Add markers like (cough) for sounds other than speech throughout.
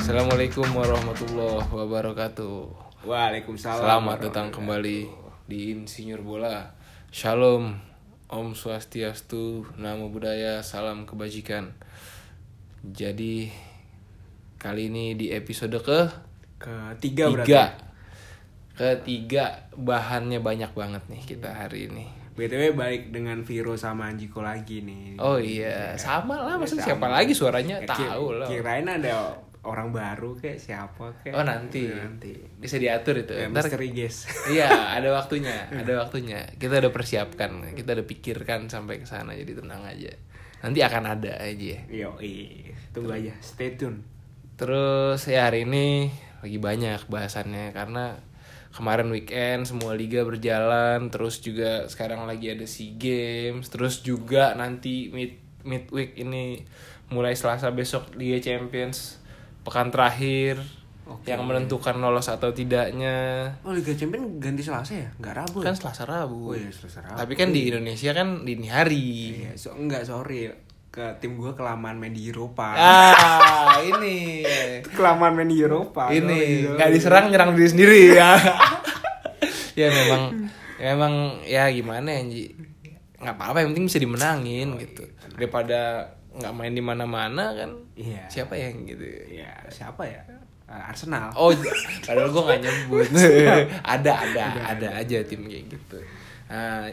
Assalamualaikum warahmatullahi wabarakatuh. Waalaikumsalam. Selamat datang kembali di Insinyur Bola. Shalom, Om Swastiastu, Namo Buddhaya, salam kebajikan. Jadi kali ini di episode ke Ketiga berarti. tiga, ketiga bahannya banyak banget nih kita hari ini. BTW balik dengan Viro sama Anjiko lagi nih. Oh iya, sama lah masa Ya, siapa sama. lagi suaranya Ya, ki- tahu lah. Kirain ada orang baru kayak siapa kayak. Iya, Oh nanti, Nanti. bisa diatur itu. Ya, Ntar misteri (laughs) guys. Iya, ada waktunya, ada waktunya. Kita udah persiapkan, kita udah pikirkan sampai ke sana jadi tenang aja. Nanti akan ada aja. ya. Yo, tunggu aja. Stay tune. Terus ya hari ini lagi banyak bahasannya karena kemarin weekend semua liga berjalan, terus juga sekarang lagi ada SEA Games, terus juga nanti mid midweek ini mulai Selasa besok Liga Champions pekan terakhir Oke. yang menentukan lolos atau tidaknya. Oh Liga Champion ganti Selasa ya? Nggak Rabu. Kan Selasa Rabu. Oh iya Selasa Rabu. Tapi kan di Indonesia kan dini hari. Iya, so, enggak sorry. Ke tim gua kelamaan main di Eropa. (laughs) Ah, ini. (laughs) Kelamaan main di (laughs) Eropa. ini Sorry, nggak sorry. diserang nyerang diri sendiri ya. (laughs) ya memang memang ya gimana ya Ji. Nggak apa-apa yang penting bisa dimenangin Oh, gitu. Daripada nggak main di mana-mana kan. Iya. Siapa yang gitu. Iya, siapa ya? Eh, Arsenal. Oh, padahal gue gak (laughs) nyebut. Iya. ada, ada, ada aja tim kayak gitu. Nah,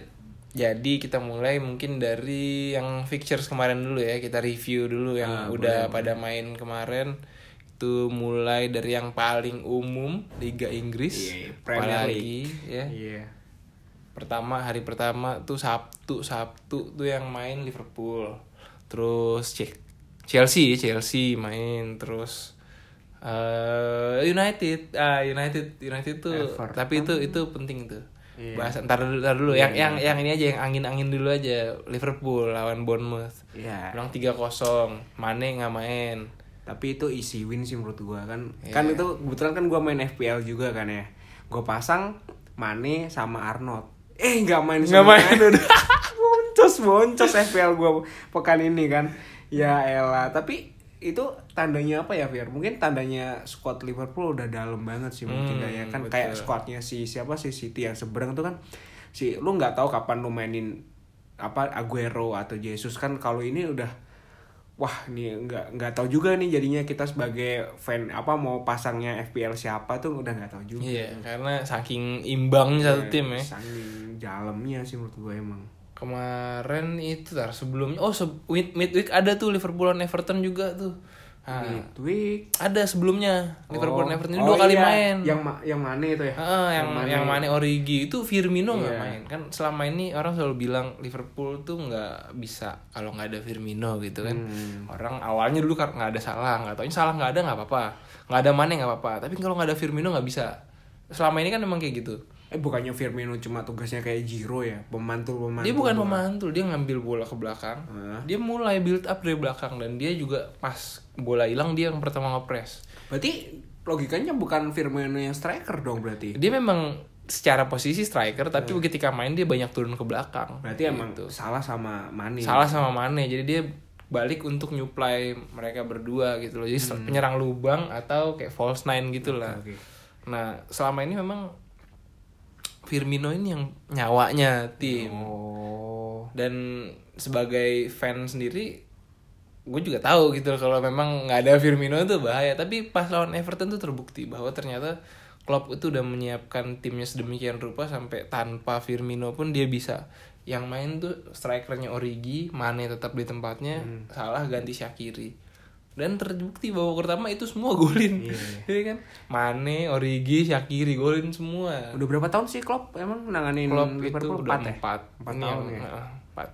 jadi kita mulai mungkin dari yang fixtures kemarin dulu ya. Kita review dulu yang Ah, udah pada main kemarin. Itu mulai dari yang paling umum Liga Inggris. Iya, iya, Premier apalagi ya. Iya. Pertama hari pertama tuh Sabtu, Sabtu tuh yang main Liverpool. Terus cek Chelsea, Chelsea main terus eh United, ah United, United tuh Everton. tapi itu itu penting tuh. Bahas ntar dulu, ntar dulu. yang yang yang ini aja yang angin-angin dulu aja. Liverpool lawan Bournemouth. Iya. Menang 3-0. Mane nggak main. Tapi itu easy win sih menurut gua kan. Iya. Kan itu kebetulan kan gua main FPL juga kan ya. Gua pasang Mane sama Arnold. Eh nggak main Nggak main, udah. boncos boncos FPL gua pekan ini kan. Ya elah, tapi itu tandanya apa ya Fir? Mungkin tandanya squad Liverpool udah dalam banget sih Hmm, mungkin ya kan kayak squadnya si siapa si City yang seberang tuh kan si lu nggak tahu kapan lu mainin apa Aguero atau Jesus kan kalau ini udah wah nih nggak nggak tahu juga nih jadinya kita sebagai fan apa mau pasangnya FPL siapa tuh udah nggak tahu juga Iya, karena saking imbangnya Iya. satu tim ya. saking dalamnya sih menurut gue emang kemarin itu tar sebelumnya oh se- mid midweek ada tuh Liverpool lawan Everton juga tuh Ah, midweek ada sebelumnya Liverpool lawan Everton ini dua Hmm. oh kali iya, main yang ma- yang mana itu ya Ah, yang yang mana Origi itu Firmino nggak Iya. main kan selama ini orang selalu bilang Liverpool tuh nggak bisa kalau nggak ada Firmino gitu kan Hmm. orang awalnya dulu kan nggak ada salah nggak taunya salah nggak ada nggak apa-apa nggak ada Mane nggak apa-apa tapi kalau nggak ada Firmino nggak bisa selama ini kan memang kayak gitu eh bukannya Firmino cuma tugasnya kayak Giro ya pemantul pemantul Dia bukan memantul, dia ngambil bola ke belakang. Hah? Dia mulai build up dari belakang dan dia juga pas bola hilang dia yang pertama ngepres. berarti logikanya bukan Firmino yang striker dong berarti Dia memang secara posisi striker tapi Iya. ketika main dia banyak turun ke belakang. berarti emang salah sama Mane Iya, Salah sama Mane. Jadi dia balik untuk nyuplai mereka berdua gitu loh. Jadi penyerang lubang atau kayak false nine gitu lah. Hmm. Oke. Nah, selama ini memang Firmino ini yang nyawanya tim. oh dan sebagai fan sendiri gue juga tahu gitu loh, kalau memang nggak ada Firmino itu bahaya tapi pas lawan Everton tuh terbukti bahwa ternyata Klopp itu udah menyiapkan timnya sedemikian rupa sampai tanpa Firmino pun dia bisa yang main tuh strikernya Origi Mane tetap di tempatnya salah ganti Shakiri dan terbukti bahwa pertama itu semua golin (laughs) Iya kan Mane Origi Shakiri golin semua udah berapa tahun sih Klopp emang nanganin Klopp itu Liverpool gitu, udah Empat ya? empat Empat Ini tahun yang- ya. ah, empat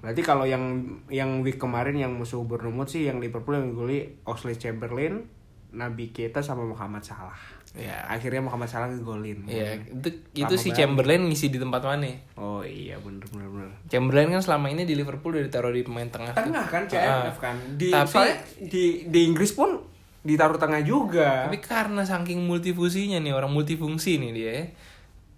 Berarti kalau yang yang week kemarin yang musuh Bournemouth sih yang Liverpool yang goli Oxley Chamberlain, Nabi Keita sama Muhammad Salah. ya Akhirnya Muhammad Salah ngegolin. Iya, itu itu Lama si banget. Chamberlain ngisi di tempat mana? ya? Oh iya bener bener bener. Chamberlain kan selama ini di Liverpool udah ditaruh di pemain tengah. tuh. Tengah kan CMF kan. Di Tapi- soalnya di di Inggris pun ditaruh tengah juga. Tapi karena saking multifungsinya nih orang multifungsi nih dia. ya.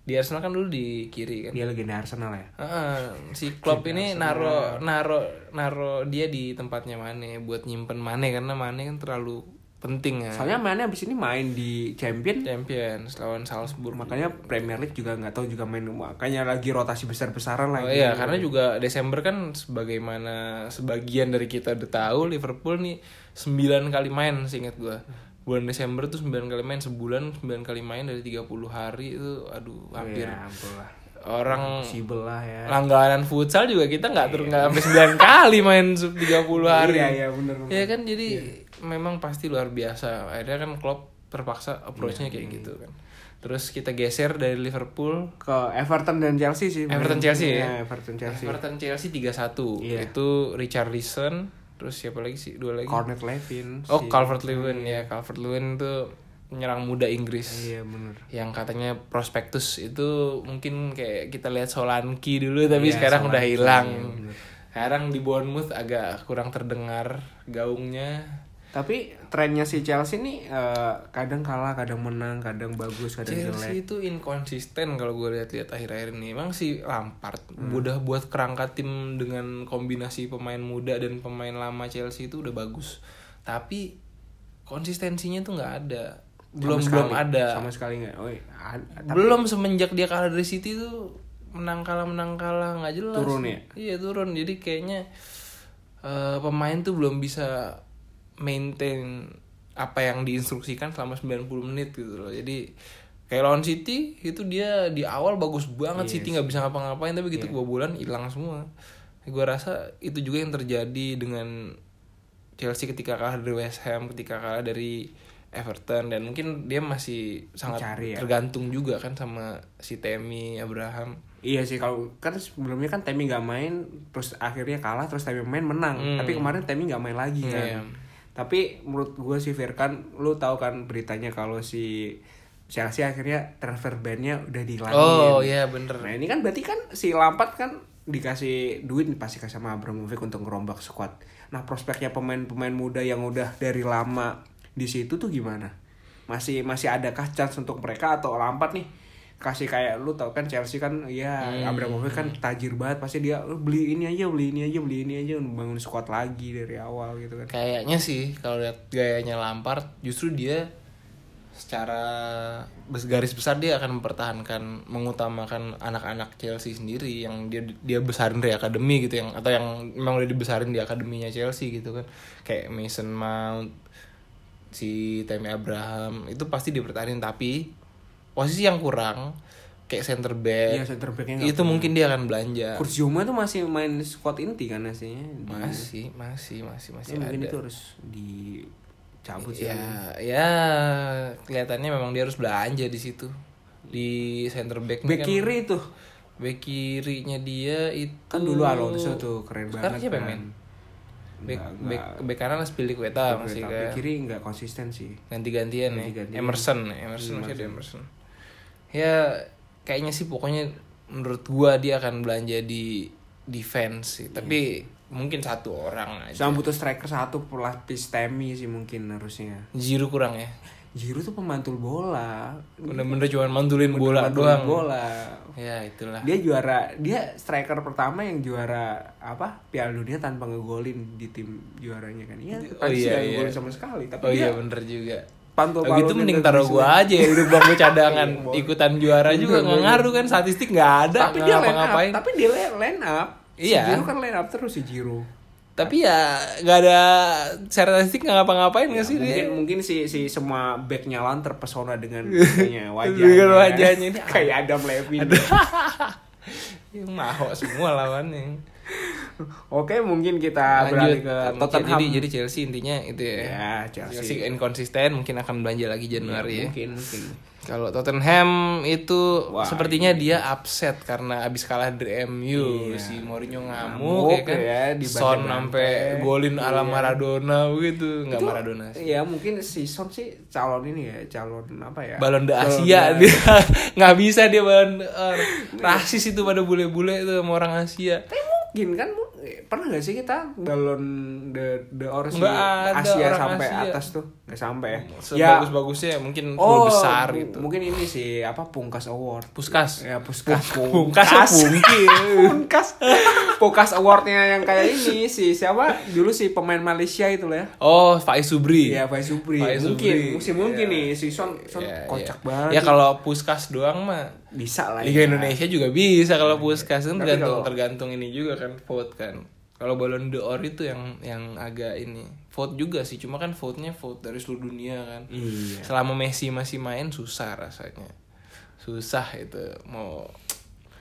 Di Arsenal kan dulu di kiri kan. Dia legenda Arsenal ya. Heeh, si Klopp ini naro naro naro dia di tempatnya Mane buat nyimpen Mane karena Mane kan terlalu penting ya. Soalnya mainnya abis ini main di champion, Champions lawan Salzburg. makanya Premier League juga nggak tahu juga main makanya lagi rotasi besar-besaran Oh lagi. iya, karena juga Desember kan sebagaimana sebagian dari kita udah tahu Liverpool nih 9 kali main seingat gua. Bulan Desember tuh 9 kali main sebulan 9 kali main dari 30 hari itu aduh Oh, hampir Ya, ampun lah. orang Possible lah ya. langganan futsal juga kita nggak turun nggak sampai 9 kali main sub 30 hari. Iya iya bener. bener. Ya kan jadi memang pasti luar biasa. Akhirnya kan Klopp terpaksa approach-nya Iya. kayak gitu kan. Terus kita geser dari Liverpool Ke Everton dan Chelsea sih. Everton main. Chelsea Iya, ya? Everton Chelsea. Everton Chelsea 3-1. Iya. Itu Richarlison, terus siapa lagi sih? Dua lagi. Cornet Levin. Iya. oh, Calvert-Lewin ya. Calvert-Lewin tuh penyerang muda Inggris. Iya bener. Yang katanya prospektus itu mungkin kayak kita lihat Solanki dulu tapi Iya, sekarang udah Solanke, hilang. iya, bener. sekarang di Bournemouth agak kurang terdengar gaungnya. Tapi trennya si Chelsea nih eh, kadang kalah, kadang menang, kadang bagus, kadang jelek. Chelsea itu inkonsisten kalau gue lihat-lihat akhir-akhir ini. Emang si Lampard Hmm. udah buat kerangka tim dengan kombinasi pemain muda dan pemain lama Chelsea itu udah bagus. Tapi konsistensinya tuh nggak ada. Belum Sama belum sekali- ada. Sama sekali nggak. Oh, iya. Ad- tapi Belum semenjak dia kalah dari City tuh menang kalah menang kalah nggak jelas. Turun ya? Iya turun. Jadi kayaknya eh, pemain tuh belum bisa maintain apa yang diinstruksikan selama 90 menit gitu loh. Jadi kayak lawan City itu dia di awal bagus banget City nggak bisa ngapa-ngapain tapi Iya. gitu kebobolan hilang semua. Gue rasa itu juga yang terjadi dengan Chelsea ketika kalah dari West Ham, ketika kalah dari Everton dan mungkin dia masih sangat Mencari ya. tergantung juga kan sama si Temi Abraham. Iya sih kalau kan sebelumnya kan Temi nggak main terus akhirnya kalah terus Temi main menang Hmm. tapi kemarin Temi nggak main lagi kan Iya. tapi menurut gue sih Firkan lu tahu kan beritanya kalau si Chelsea akhirnya transfer bandnya udah dihilangin Oh iya bener. nah ini kan berarti kan si Lampard kan dikasih duit nih pasti kasih sama Abramovich untuk ngerombak squad nah prospeknya pemain-pemain muda yang udah dari lama di situ tuh gimana masih masih adakah chance untuk mereka atau Lampard nih kasih kayak lu tau kan Chelsea kan ya Hmm. Abramovich kan tajir banget pasti dia "Eh, beli ini aja beli ini aja beli ini aja bangun squad lagi dari awal gitu kan Kayaknya sih kalau lihat gayanya Lampard justru dia secara bes- garis besar dia akan mempertahankan mengutamakan anak-anak Chelsea sendiri yang dia dia besarin dari akademi gitu yang atau yang memang udah dibesarin di akademinya Chelsea gitu kan kayak Mason Mount si Tammy Abraham itu pasti dipertahankan tapi posisi yang kurang kayak center Iya back center backnya Eh, nggak- itu mungkin dia akan belanja Kurzuma tuh masih main squad inti kan aslinya masih masih masih masih Ya, ada mungkin itu harus dicabut sih ya ya kelihatannya memang dia harus belanja di situ di center back kan. back kiri tuh back kirinya dia itu kan dulu Alonso tuh keren Hmm. sekarang banget siapa yang kan. main back Nggak- back back kanan Aspilicueta masih Tapi kan kiri nggak konsisten sih ganti-gantian ya Ganti-gantian. Emerson Emerson masih ada Emerson ya kayaknya sih pokoknya menurut gua dia akan belanja di defense sih tapi Iya. mungkin satu orang aja sama butuh striker satu pelapis Temi sih mungkin harusnya Jiru kurang ya Jiru tuh pemantul bola bener-bener cuma mantulin bola Pemantul doang bola ya itulah dia juara dia striker pertama yang juara apa Piala Dunia tanpa ngegolin di tim juaranya kan iya Oh, tadi iya, sih nggak iya. ngegolin sama sekali tapi oh dia iya bener juga pantul Kalau gitu balonnya mending bagus taruh banget. gua aja ya duduk (laughs) bangku cadangan Iya, ikutan juara juga nggak ngaruh kan statistik nggak ada tapi nggak dia line up ngapa-ngapain tapi dia line- line up Iya. si Jiro kan line up terus si Jiro tapi ya nggak ada statistik nggak ngapa-ngapain nggak sih dia mungkin mungkin si si semua backnya lan (laughs) terpesona dengan wajahnya wajahnya, Dengan wajahnya. Ini (laughs) kayak Adam Levine Ya, mahok semua lawannya oke mungkin kita lanjut beralih Ah, ke Mungkin- Tottenham jadi jadi Chelsea intinya itu ya, ya Chelsea, Iya, Chelsea inconsisten mungkin akan belanja lagi Januari ya. mungkin mungkin Kalau Tottenham itu Wah, iya. sepertinya dia upset karena abis kalah dari MU si Mourinho ngamuk ya Ngamuk kan. ya, Iya. dibantai-bantai. Son sampai golin ala Maradona begitu, nggak Maradona sih. ya mungkin si Son sih calon ini ya calon apa ya Balon de Calon Asia dia de- (laughs) nggak Iya. bisa dia balon eh, rasis itu pada bule-bule itu sama orang Asia. tapi mungkin kan mu- eh, pernah nggak sih kita balon the the ors Nggak ada Asia orang sampai Asia. atas tuh nggak sampai ya Sebagus-bagusnya mungkin oh, besar m- gitu. mungkin ini sih apa pungkas award Puskas. ya puskas Pungkas. mungkin (laughs) pungkas pungkas awardnya yang kayak ini si siapa dulu si pemain Malaysia itu lah ya Oh, Faiz Subri. Iya, Faiz Subri. Faiz mungkin, Subri. mungkin, mungkin nih si Son, Son Iya, kocak iya. banget. Ya kalau Puskas doang mah bisa lah. Liga ya. Iya. Indonesia juga bisa kalau Puskas kan Tapi tergantung kalau- tergantung ini juga kan vote kan. Kalau Ballon d'Or itu yang yang agak ini vote juga sih, cuma kan vote-nya vote dari seluruh dunia kan. Iya. Selama Messi masih main susah rasanya. Susah itu mau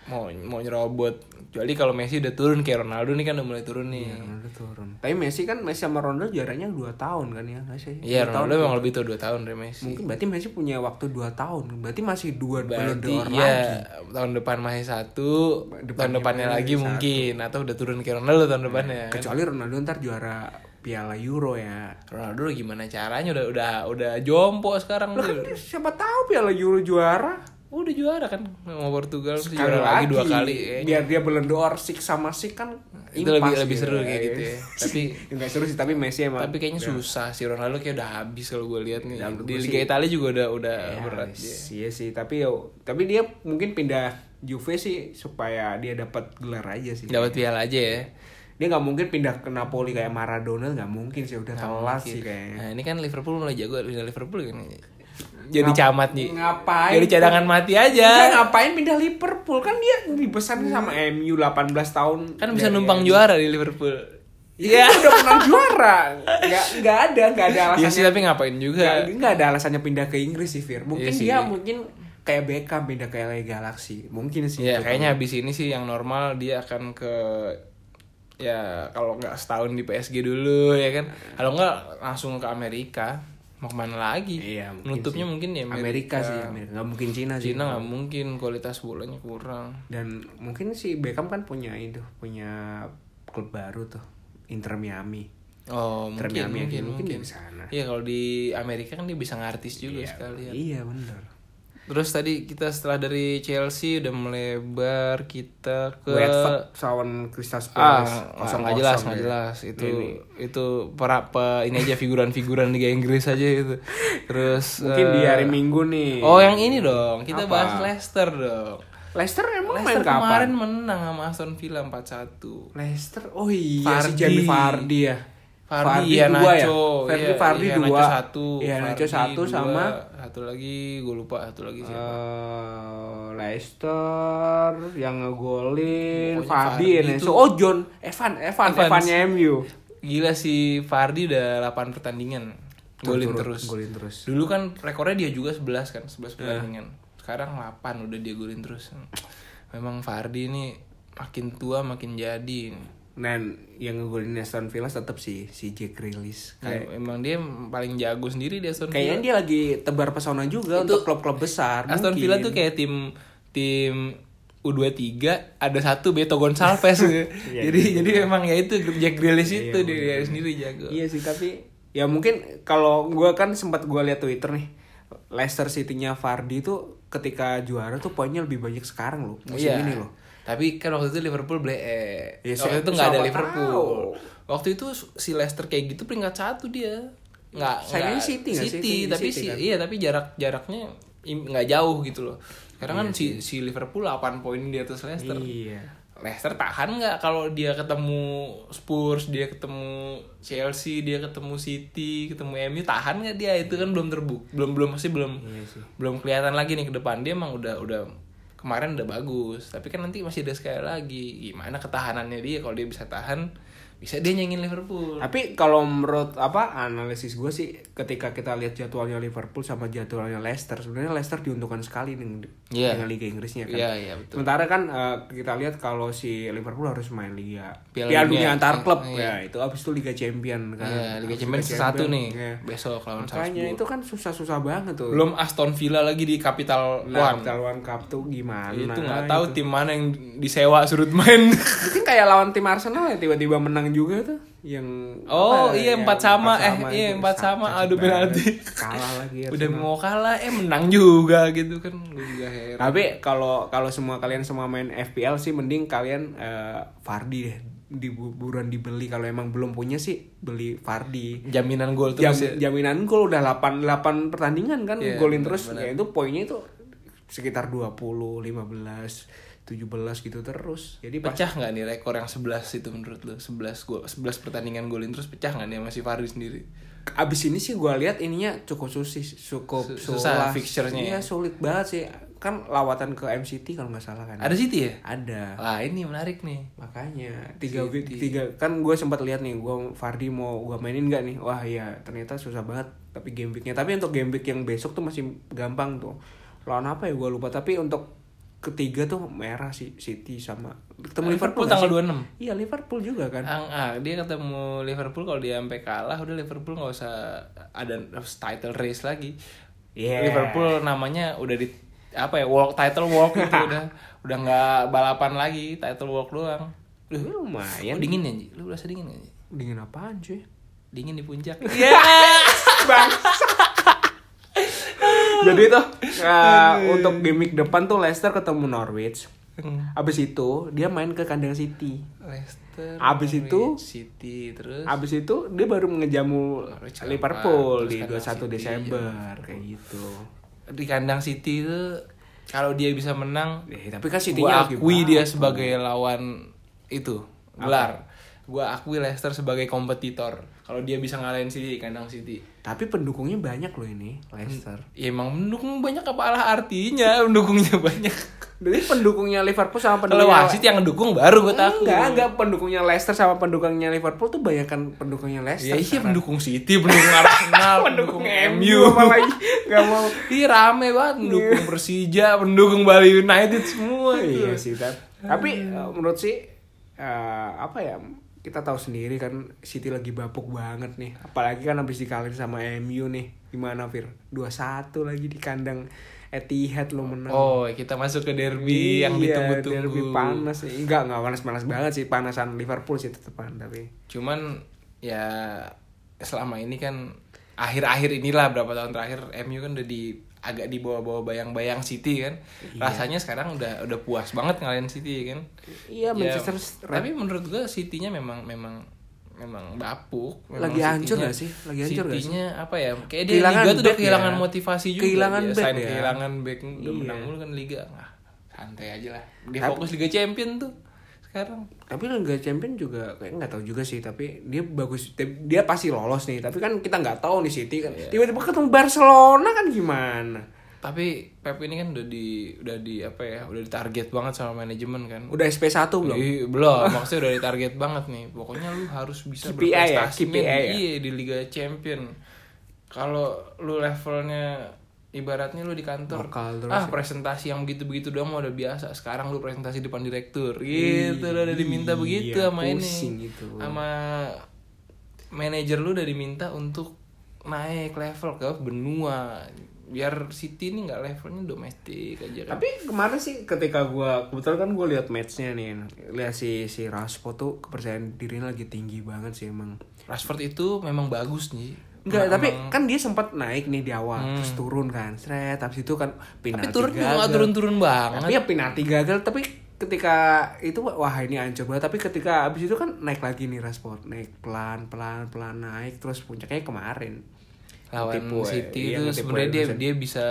mau mau nyerobot. Kecuali kalau Messi udah turun kayak Ronaldo nih kan udah mulai turun nih. Ronaldo turun. Tapi Messi kan Messi sama Ronaldo jaraknya 2 tahun kan ya, nggak sih? Iya, Dua Ronaldo tahun. ya. memang lebih tua 2 tahun dari Messi. Mungkin berarti Messi punya waktu 2 tahun. Berarti masih 2 Ballon Berarti d'Or ya lagi. tahun depan masih satu, tahun Depannya depannya masih lagi satu. Iya. mungkin atau udah turun kayak Ronaldo tahun depannya. kan. Kecuali Ronaldo ntar juara Piala Euro ya. Ronaldo gimana caranya udah udah udah jompo sekarang Lah kan tuh. siapa tahu Piala Euro juara. Udah juara kan sama Portugal terus Sekali juara lagi dua kali. kayaknya. Iya, Biar dia Ballon d'Or six sama six kan Itu lebih impas lebih gitu seru ya. kayak gitu ya. Tapi Ya, (laughs) nggak seru sih tapi Messi emang tapi kayaknya susah sih Ronaldo kayak udah habis kalau gue lihat nih. Ya, menurut Di gua Liga sih- Italia juga udah udah Ya, berat dia. sih, Iya sih, tapi ya, tapi dia mungkin pindah Juve sih supaya dia dapat gelar aja sih. Dapat piala aja ya. Dia nggak mungkin pindah ke Napoli kayak Maradona nggak mungkin sih udah telat sih Nah, kayaknya. ini kan Liverpool mulai jago pindah Liverpool kan. Jadi camat nih. ngapain? Iya, Jadi cadangan mati Dia aja. ngapain pindah Liverpool kan dia dipesan sama MU 18 tahun. Iya. Kan bisa dari- numpang juara di Liverpool. Iya, kan udah pernah juara. Nggak nggak ada nggak ada Iya alasannya. sih tapi ngapain juga. Nggak, nggak ada alasannya pindah ke Inggris sih Fir. Iya Mungkin sih. dia mungkin kayak Beckham pindah ke LA Galaxy. Mungkin sih. Ya itu. kayaknya habis ini sih yang normal dia akan ke ya kalau nggak setahun di PSG dulu ya kan. Nah. Kalau nggak langsung ke Amerika mau kemana lagi? Iya, mungkin Menutupnya sih. mungkin ya Amerika, sih, Amerika. Nggak mungkin Cina, sih. Cina nggak mungkin kualitas bolanya kurang. Dan mungkin si Beckham kan punya itu, punya klub baru tuh, Inter Miami. Oh Inter mungkin Miami mungkin mungkin mungkin. di sana. Iya kalau di Amerika kan dia bisa ngartis juga sekalian. Iya, bener. Terus tadi kita setelah dari Chelsea udah melebar kita ke Watford lawan Crystal ah Palace. kosong nggak jelas ya. nggak jelas itu itu para apa ini aja figuran-figuran Liga Inggris aja itu terus Mungkin di eh, hari Minggu nih. oh yang ini dong kita Apa? bahas Leicester dong Leicester emang Leicester main kapan? kemarin menang sama Aston Villa 4-1 Leicester. Oh iya si Vardy. Jamie Vardy ya. Fardi, ya, dua ya? Nacho, Vardy, iya, Vardy iya, dua. Nacho satu, Iya, Nacho Vardy satu dua, sama satu lagi gue lupa satu lagi siapa. eh Leicester yang Pokoknya ngegolin Fabi Vardy Enenso. tuh- Oh John Evan Evan ya, Evans. Evannya MU. Gila si Fardi udah 8 pertandingan. Golin Turut-turut, terus. Golin terus. Dulu kan rekornya dia juga 11 kan, Iya. 11 pertandingan. Sekarang 8 udah dia golin terus. Memang Fardi ini makin tua makin jadi. ini. Dan yang ngegolin Aston Villa tetap si si Jack Grealish. Kayak, Dan Emang dia paling jago sendiri dia Aston kayaknya Villa. dia lagi tebar pesona juga untuk klub-klub besar. Aston mungkin. Villa tuh kayak tim tim U23 ada satu Beto Gonçalves. (laughs) Iya, jadi jadi memang ya itu Jack Grealish itu dia, dia sendiri jago. Iya sih tapi ya mungkin kalau gua kan sempat gua lihat Twitter nih Leicester City-nya Vardy tuh ketika juara tuh poinnya lebih banyak sekarang loh musim Iya. ini loh. Tapi kan waktu itu Liverpool blee. Ya, waktu siapa- itu nggak ada siapa Liverpool. tahu. Waktu itu si Leicester kayak gitu peringkat satu dia. Nggak. Saingannya nggak- City nggak City, sih? City- tapi City si- kan? iya tapi jarak jaraknya im- nggak jauh gitu loh. Sekarang kan si, si Liverpool 8 poin di atas Leicester. Iya. Leicester tahan nggak kalau dia ketemu Spurs, dia ketemu Chelsea, dia ketemu City, ketemu MU tahan nggak dia itu kan belum terbuk, belum belum masih belum Iya sih. belum kelihatan lagi nih ke depan dia emang udah udah kemarin udah bagus tapi kan nanti masih ada sekali lagi gimana ketahanannya dia kalau dia bisa tahan bisa dia nyengin Liverpool Tapi kalau menurut apa analisis gue sih ketika kita lihat jadwalnya Liverpool sama jadwalnya Leicester sebenarnya Leicester diuntungkan sekali dengan, Iya. dengan Liga Inggrisnya kan. Iya, iya, betul. Sementara kan eh, kita lihat kalau si Liverpool harus main Liga Piala Piala Dunia. Dunia antar klub Iya. ya itu abis itu Liga Champion kan. ya Liga Abis Champions satu Champion, nih iya. besok lawan Makanya Salzburg itu kan susah-susah banget tuh. belum Aston Villa lagi di Capital Nah, One One Cup tuh gimana? Iya. itu nggak tahu tim mana yang disewa surut main (laughs) Mungkin kayak lawan tim Arsenal ya tiba-tiba menang juga tuh yang Oh, apa, ya, iya, yang empat sama. Eh, iya, itu. empat Sa- sama. sakit Aduh, banget. penalti. Kalah lagi ya. udah Arsenal. mau kalah eh menang juga gitu kan gue juga heran Tapi kalau kalau semua kalian semua main FPL sih mending kalian eh, Vardy deh di buruan dibeli kalau emang belum punya sih beli Fardi. Jaminan gol Jam, terus ya. jaminan gol udah 8 8 pertandingan kan Iya, golin benar, terus ya itu poinnya itu sekitar 20, 15, 17 gitu terus. Jadi pas Pecah nggak nih rekor yang 11 itu menurut lo? 11 gol 11 pertandingan golin terus pecah nggak nih sama si Fardi sendiri? abis ini sih gua lihat ininya cukup susi cukup Su- susah sulas. fixture-nya ya. Iya, sulit banget sih. Kan lawatan ke MCT kalau nggak salah kan. Ada City ya? Ada. Lah ini menarik nih. makanya tiga wi- tiga kan gue sempat lihat nih gue Fardi mau gue mainin nggak nih wah ya ternyata susah banget tapi game weeknya tapi untuk game week yang besok tuh masih gampang tuh lawan apa ya gue lupa tapi untuk ketiga tuh merah sih City sama ketemu Liverpool Liverpool, nggak tanggal 26. sih? iya Liverpool juga kan Ang ah, dia ketemu Liverpool kalau dia sampai kalah udah Liverpool nggak usah ada title race lagi. Yeah. Liverpool namanya udah di apa ya walk title walk (laughs) gitu udah udah nggak balapan lagi title walk doang. Duh, lumayan Oh, dingin ya, Ji? Lu berasa dingin gak, Ji? dingin apaan cuy Dingin di puncak. (laughs) jadi tuh eh, untuk game week depan tuh Leicester ketemu Norwich abis itu dia main ke kandang City Leicester. Abis Norwich itu- City terus Abis itu dia baru mengejamu Norwich Lampard, Liverpool di terus 21 City, Desember kayak gitu. di kandang City itu kalau dia bisa menang Eh, tapi kan gua City-nya lagi akui banget dia tuh. sebagai lawan itu gelar gua akui Leicester sebagai kompetitor kalau dia bisa ngalahin City di kandang City Tapi pendukungnya banyak loh ini Leicester. ya emang mendukung banyak apa alah artinya mendukungnya banyak Jadi pendukungnya Liverpool sama kalau pendukungnya wasit yang mendukung baru gua takut enggak, enggak pendukungnya Leicester sama pendukungnya Liverpool tuh banyakkan pendukungnya ya Leicester. iya pendukung City pendukung (laughs) Arsenal pendukung (laughs) MU apa lagi? Enggak mau. Ih rame banget mendukung Persija, mendukung Bali United semua itu. iya sih, tapi, tapi eh, menurut sih eh, apa ya? Kita tahu sendiri kan City lagi bapuk banget nih. Apalagi kan habis dikalahin sama MU nih. Gimana, Fir? 2-1 lagi di kandang Etihad lo menang. Oh, kita masuk ke derby yang Nah. Iya, ditunggu-tunggu. Derby panas. Enggak, enggak panas-panas banget sih. Panasan Liverpool sih tetepan tapi. Cuman ya selama ini kan akhir-akhir inilah berapa tahun terakhir MU kan udah di agak di bawah-bawah bayang-bayang City kan. Rasanya sekarang udah udah puas banget ngalahin City kan. Ya, Iya, Manchester Tapi menurut gue City-nya memang memang memang bapuk. Memang Lagi hancur City-nya- nggak sih? Lagi hancur nggak sih? City-nya apa ya? Kayak dia Kehilangan Liga tuh udah back ya. kehilangan motivasi juga. Kehilangan dia. back Selain ya. Kehilangan back udah Iya. menang mulu kan Liga. Ah, santai aja lah. Dia Tapi- fokus Liga Champion tuh sekarang. Tapi Liga Champion juga kayak nggak tahu juga sih, tapi dia bagus dia pasti lolos nih. Tapi kan kita nggak tahu nih City Iya. kan. Tiba-tiba ketemu Barcelona kan gimana? Tapi Pep ini kan udah di udah di apa ya? Udah ditarget banget sama manajemen kan. Udah SP1 belum? Ih, belum, maksudnya udah ditarget banget nih. Pokoknya lu harus bisa KPI ya, berprestasi men. KPI ya. Iya, di Liga Champion. Kalau lu levelnya ibaratnya lu di kantor Lokal terus ya." ah presentasi yang begitu-begitu doang mah udah biasa. Sekarang lu presentasi depan direktur. Gitu lu udah diminta begitu sama iya, pusing ini. gitu. Sama manajer lu udah diminta untuk naik level ke benua biar City ini nggak levelnya domestik aja kan. Tapi kemarin sih ketika gua kebetulan kan gue lihat matchnya nih, lihat si si Rashford tuh kepercayaan dirinya lagi tinggi banget sih emang. Rashford itu memang bagus nih. Enggak, tapi kan dia sempat naik nih di awal, terus turun kan, seret, habis itu kan Tapi penalti turun juga gagal. nggak turun-turun banget. Tapi ya penalti gagal, tapi ketika itu wah ini hancur banget, tapi ketika habis itu kan naik lagi nih Rashford, naik pelan-pelan pelan naik terus puncaknya kemarin. Lawan Ngetipu, City iya, itu ngetipu sebenarnya dia Edison. dia bisa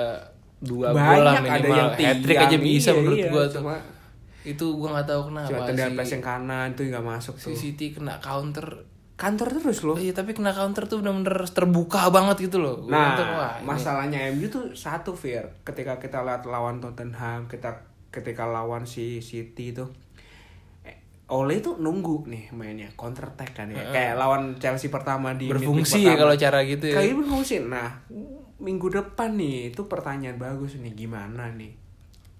dua Banyak, gol lah ada minimal. yang tiga, Hat-trick aja bisa iya, menurut iya, gua tuh. cuma- itu gua nggak tahu kenapa Cuma tendangan si- pas yang kanan itu nggak masuk si, tuh. City kena counter. Kantor terus loh. Iya, tapi kena counter tuh benar-benar terbuka banget gitu loh. Gua Nah, nonton, wah, ini- masalahnya MU tuh satu Fir. Ketika kita lihat lawan Tottenham, kita ketika lawan si City itu Oleh tuh nunggu nih mainnya counter attack kan ya. Kayak lawan Chelsea pertama di berfungsi midweek ya kalau pertama. cara gitu ya. Kayaknya berfungsi. Nah, minggu depan nih itu pertanyaan bagus nih gimana nih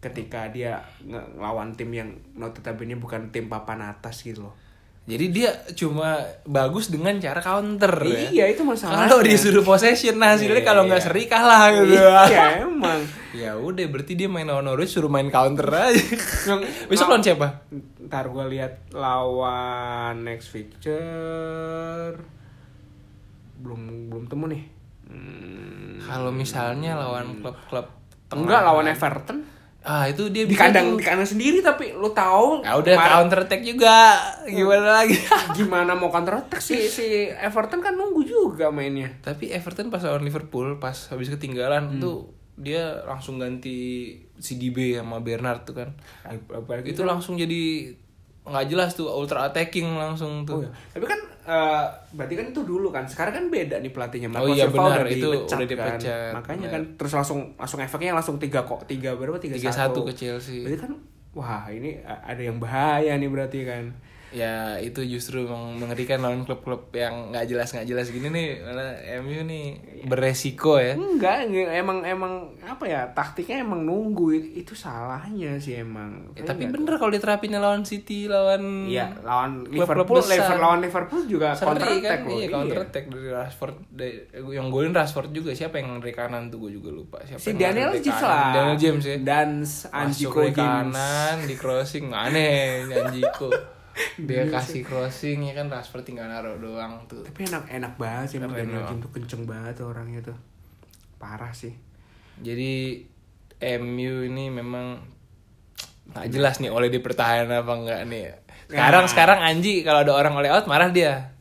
ketika dia nge- ngelawan tim yang notabene bukan tim papan atas gitu loh. Jadi dia cuma bagus dengan cara counter ya. Iya, itu masalahnya. Kalau disuruh possession nah hasilnya Iya, kalau nggak iya. seri kalah gitu. Iya, emang. Ya udah berarti dia main lawan Norwich suruh main counter aja. Yang- (laughs) Besok lawan siapa? Ntar gue lihat lawan next fixture belum belum temu nih. Hmm. Kalau misalnya lawan klub-klub tengah Enggak lawan Everton. ah itu dia di bisa kandang tuh. di kandang sendiri tapi lu tahu Ya udah kemarin- counter attack juga. Gimana lagi? (laughs) (laughs) gimana mau counter attack si si Everton kan nunggu juga mainnya Tapi Everton pas lawan Liverpool pas habis ketinggalan Hmm. tuh dia langsung ganti CDB sama Bernard tuh kan. apalagi Itu langsung jadi nggak jelas tuh ultra attacking langsung tuh. tapi kan eh, berarti kan itu dulu kan sekarang kan beda nih pelatihnya Oh iya, Silva benar. Itu udah dipecat, kan. makanya benar. kan terus langsung langsung efeknya langsung tiga kok tiga berapa tiga, 3-1 ke Chelsea. berarti kan wah ini eh, ada yang bahaya nih berarti kan Ya itu justru meng- mengerikan lawan klub-klub yang nggak jelas nggak jelas gini nih. Karena MU nih Iya. beresiko ya. enggak enggak, emang emang apa ya taktiknya emang nunggu itu salahnya sih emang Ya, tapi bener kalau diterapinnya lawan City lawan Iya, lawan Klub-klub Liverpool, besar. Liver- lawan Liverpool juga Seri counter attack kan, loh. iya, Iya. counter attack dari Rashford dari- yang golin Rashford juga siapa yang dari kanan tuh gue juga lupa siapa Si yang Daniel lari dari James kanan? lah. Daniel James ya Dan masuk Anjiko ke James. kanan di crossing aneh (laughs) Anjiko Iya dia kasih crossing ya kan Rashford tinggal naruh doang tuh Tapi enak enak banget sih emang Keren Daniel loh. James tuh kenceng banget tuh orangnya tuh. Parah sih. jadi MU ini memang nggak jelas nih oleh di pertahanan apa enggak nih sekarang sekarang Anji kalau ada orang oleh out marah dia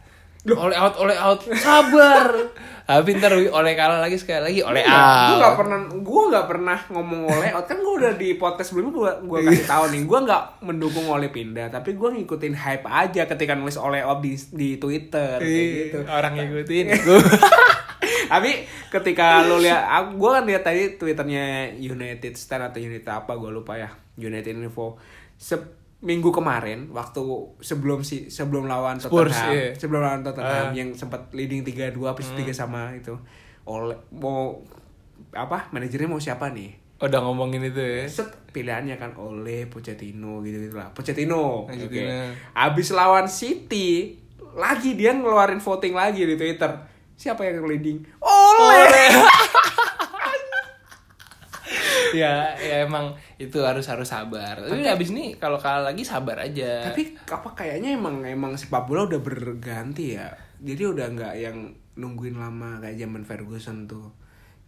oleh out oleh out sabar tapi ntar oleh kalah lagi sekali lagi oleh Gue out gak pernah, gue gak pernah ngomong oleh out kan gue udah di podcast sebelumnya gue gue kasih tahu nih, gue gak mendukung oleh pindah, tapi gue ngikutin hype aja ketika nulis oleh out di di Twitter kayak Ih, gitu. orang ngikutin gue Tapi ketika lu lihat, gue kan lihat tadi twitternya United Stand atau United apa gue lupa ya, United Info. Se- minggu kemarin waktu sebelum si sebelum lawan Spurs, Tottenham, iya. Hmm. sebelum lawan Tottenham yang sempat leading 3-2 habis 3 sama itu. Oleh mau apa manajernya mau siapa nih? udah ngomongin itu ya Set pilihannya kan oleh Pochettino gitu-gitu lah. Pochettino. Oke. Pochettino. Abis lawan City lagi dia ngeluarin voting lagi di Twitter. Siapa yang leading? Oleh. ya ya emang itu harus harus sabar tapi abis ini kalau kalah lagi sabar aja Tapi apa kayaknya emang emang sepak bola udah berganti ya. Jadi udah nggak yang nungguin lama kayak zaman Ferguson tuh.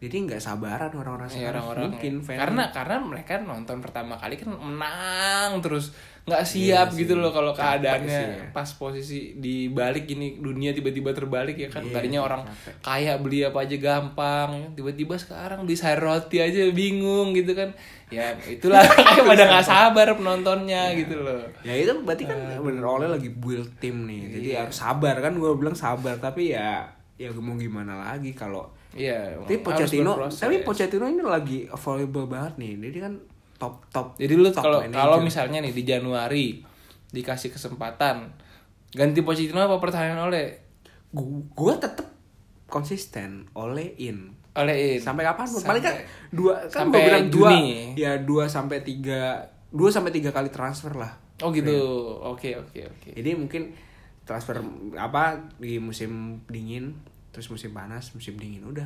Jadi nggak sabaran orang-orang Ya, sekarang orang-orang mungkin fan. karena karena mereka nonton pertama kali kan menang terus nggak siap gitu loh kalau keadaannya Iya sih ya. pas posisi dibalik gini dunia tiba-tiba terbalik ya kan Iya, tadinya sih, orang kaya beli apa aja gampang tiba-tiba sekarang beli sayur roti aja bingung gitu kan ya (laughs) itulah makanya pada nggak sabar penontonnya gitu loh Ya itu berarti kan bener oleh lagi build tim nih. Iya. Jadi harus sabar kan gue bilang sabar tapi ya ya mau gimana lagi kalau iya tapi harus Pochettino berproses. tapi Pochettino ini lagi available banget nih. Jadi kan top top. Jadi lu top kalau manager. kalau misalnya nih di Januari dikasih kesempatan ganti Pochettino apa pertahanan oleh Gu- gua tetap konsisten oleh in oleh In? sampai kapan paling kan dua kan sampai gue bilang Juni. dua ya dua sampai tiga dua sampai tiga kali transfer lah Oh gitu. Oke, oke, oke. jadi mungkin transfer apa di musim dingin terus musim panas musim dingin udah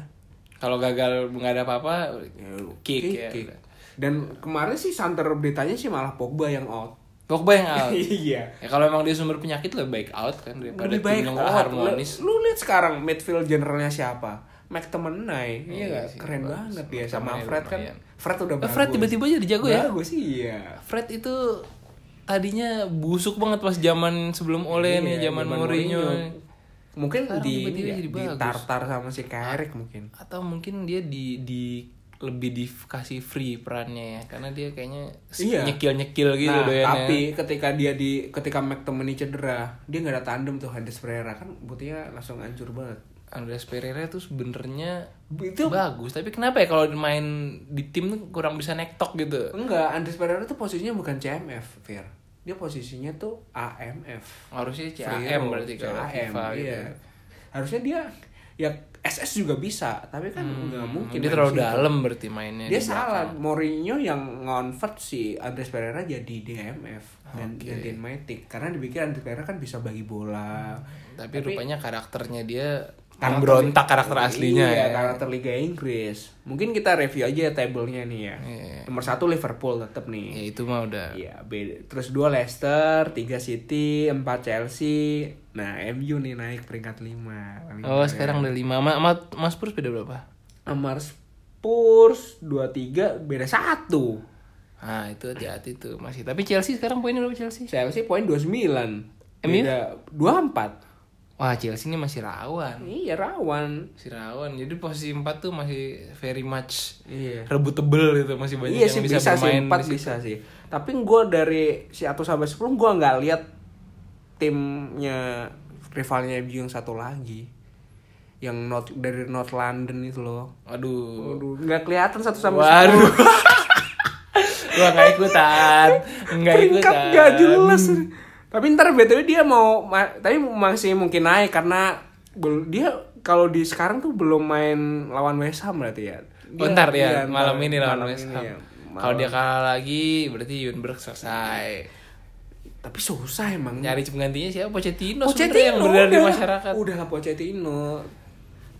Kalau gagal nggak ada apa-apa Ya, kick, ya. kick. dan kemarin sih santer beritanya sih malah Pogba yang out Pogba yang out. (laughs) iya ya kalau emang dia sumber penyakit lebih baik out kan daripada lebih baik tim yang nggak out harmonis. lu, lu lihat sekarang midfield generalnya siapa McTominay, iya Iya nggak? sih, keren bagus. banget dia sama McTominay Fred kan. lumayan. Fred udah Eh, bagus. Fred tiba-tiba jadi jago ya. Bagus iya. Fred itu tadinya busuk banget pas zaman sebelum Ole nih, Iya, zaman Mourinho. Mungkin Sekarang di tiba-tiba ini jadi ya, bagus. ditartar sama si Carrick mungkin. Atau mungkin dia di di lebih dikasih free perannya ya karena dia kayaknya Iya. nyekil-nyekil gitu nah, doyannya. tapi ketika dia di ketika McTominay cedera, dia nggak ada tandem tuh Hades Pereira kan buktinya langsung hancur banget. Andreas Pereira tuh sebenarnya Itu bagus tapi kenapa ya kalau main di tim tuh kurang bisa nektok gitu enggak Andres Pereira tuh posisinya bukan CMF, Fir. Dia posisinya tuh AMF. harusnya CAM Free roll, berarti kalau CAM, FIFA gitu iya. Harusnya dia ya SS juga bisa, tapi kan nggak mungkin. Hmm, dia main terlalu di situ. dalam berarti mainnya dia Iya, di salah Mourinho yang ngonvert si Andres Pereira jadi DMF dan Oke. gantiin Matic karena dipikir Andres Pereira kan bisa bagi bola belakang. Hmm, tapi, rupanya karakternya dia Kan Karakter- memberontak karakter aslinya iya, ya karakter Liga Inggris mungkin kita review aja ya tabelnya nih ya Iya. nomor satu Liverpool tetap ya nih itu mah udah Iya, beda. terus dua Leicester, tiga City, empat Chelsea. Nah, MU nih naik peringkat lima. oh sekarang udah lima Ma- ma- mas Purs beda berapa Amar Spurs dua tiga beda satu. Nah, itu hati-hati tuh masih. Tapi Chelsea sekarang poinnya berapa Chelsea? Chelsea poin 29. MU? Beda 24. Wah, Chelsea ini masih rawan. Iya rawan. Masih rawan. Jadi posisi 4 tuh masih very much Iya. rebutable itu masih banyak iya yang sih bisa, bisa, sih bermain. empat bisa sih. Tapi gue dari si 1 sampai 10 gue nggak lihat timnya rivalnya MU yang satu lagi. Yang not dari North London itu loh. Aduh. Waduh, nggak kelihatan satu sama Waduh. (laughs) Gua nggak ikutan. Nggak peringkat ikutan. nggak jelas. Tapi ntar btw dia mau, ma- tapi masih mungkin naik karena bel- dia kalau di sekarang tuh belum main lawan West Ham berarti ya. Oh, Dia- ntar ya, iya, ntar. malam ini lawan Malam West ini Ham. ya. Malam. Kalau dia kalah lagi, berarti Yunberg selesai. Tapi susah emang. Nyari penggantinya siapa? Pochettino, Pochettino sebenarnya yang beredar di udah. masyarakat. Udah lah Pochettino.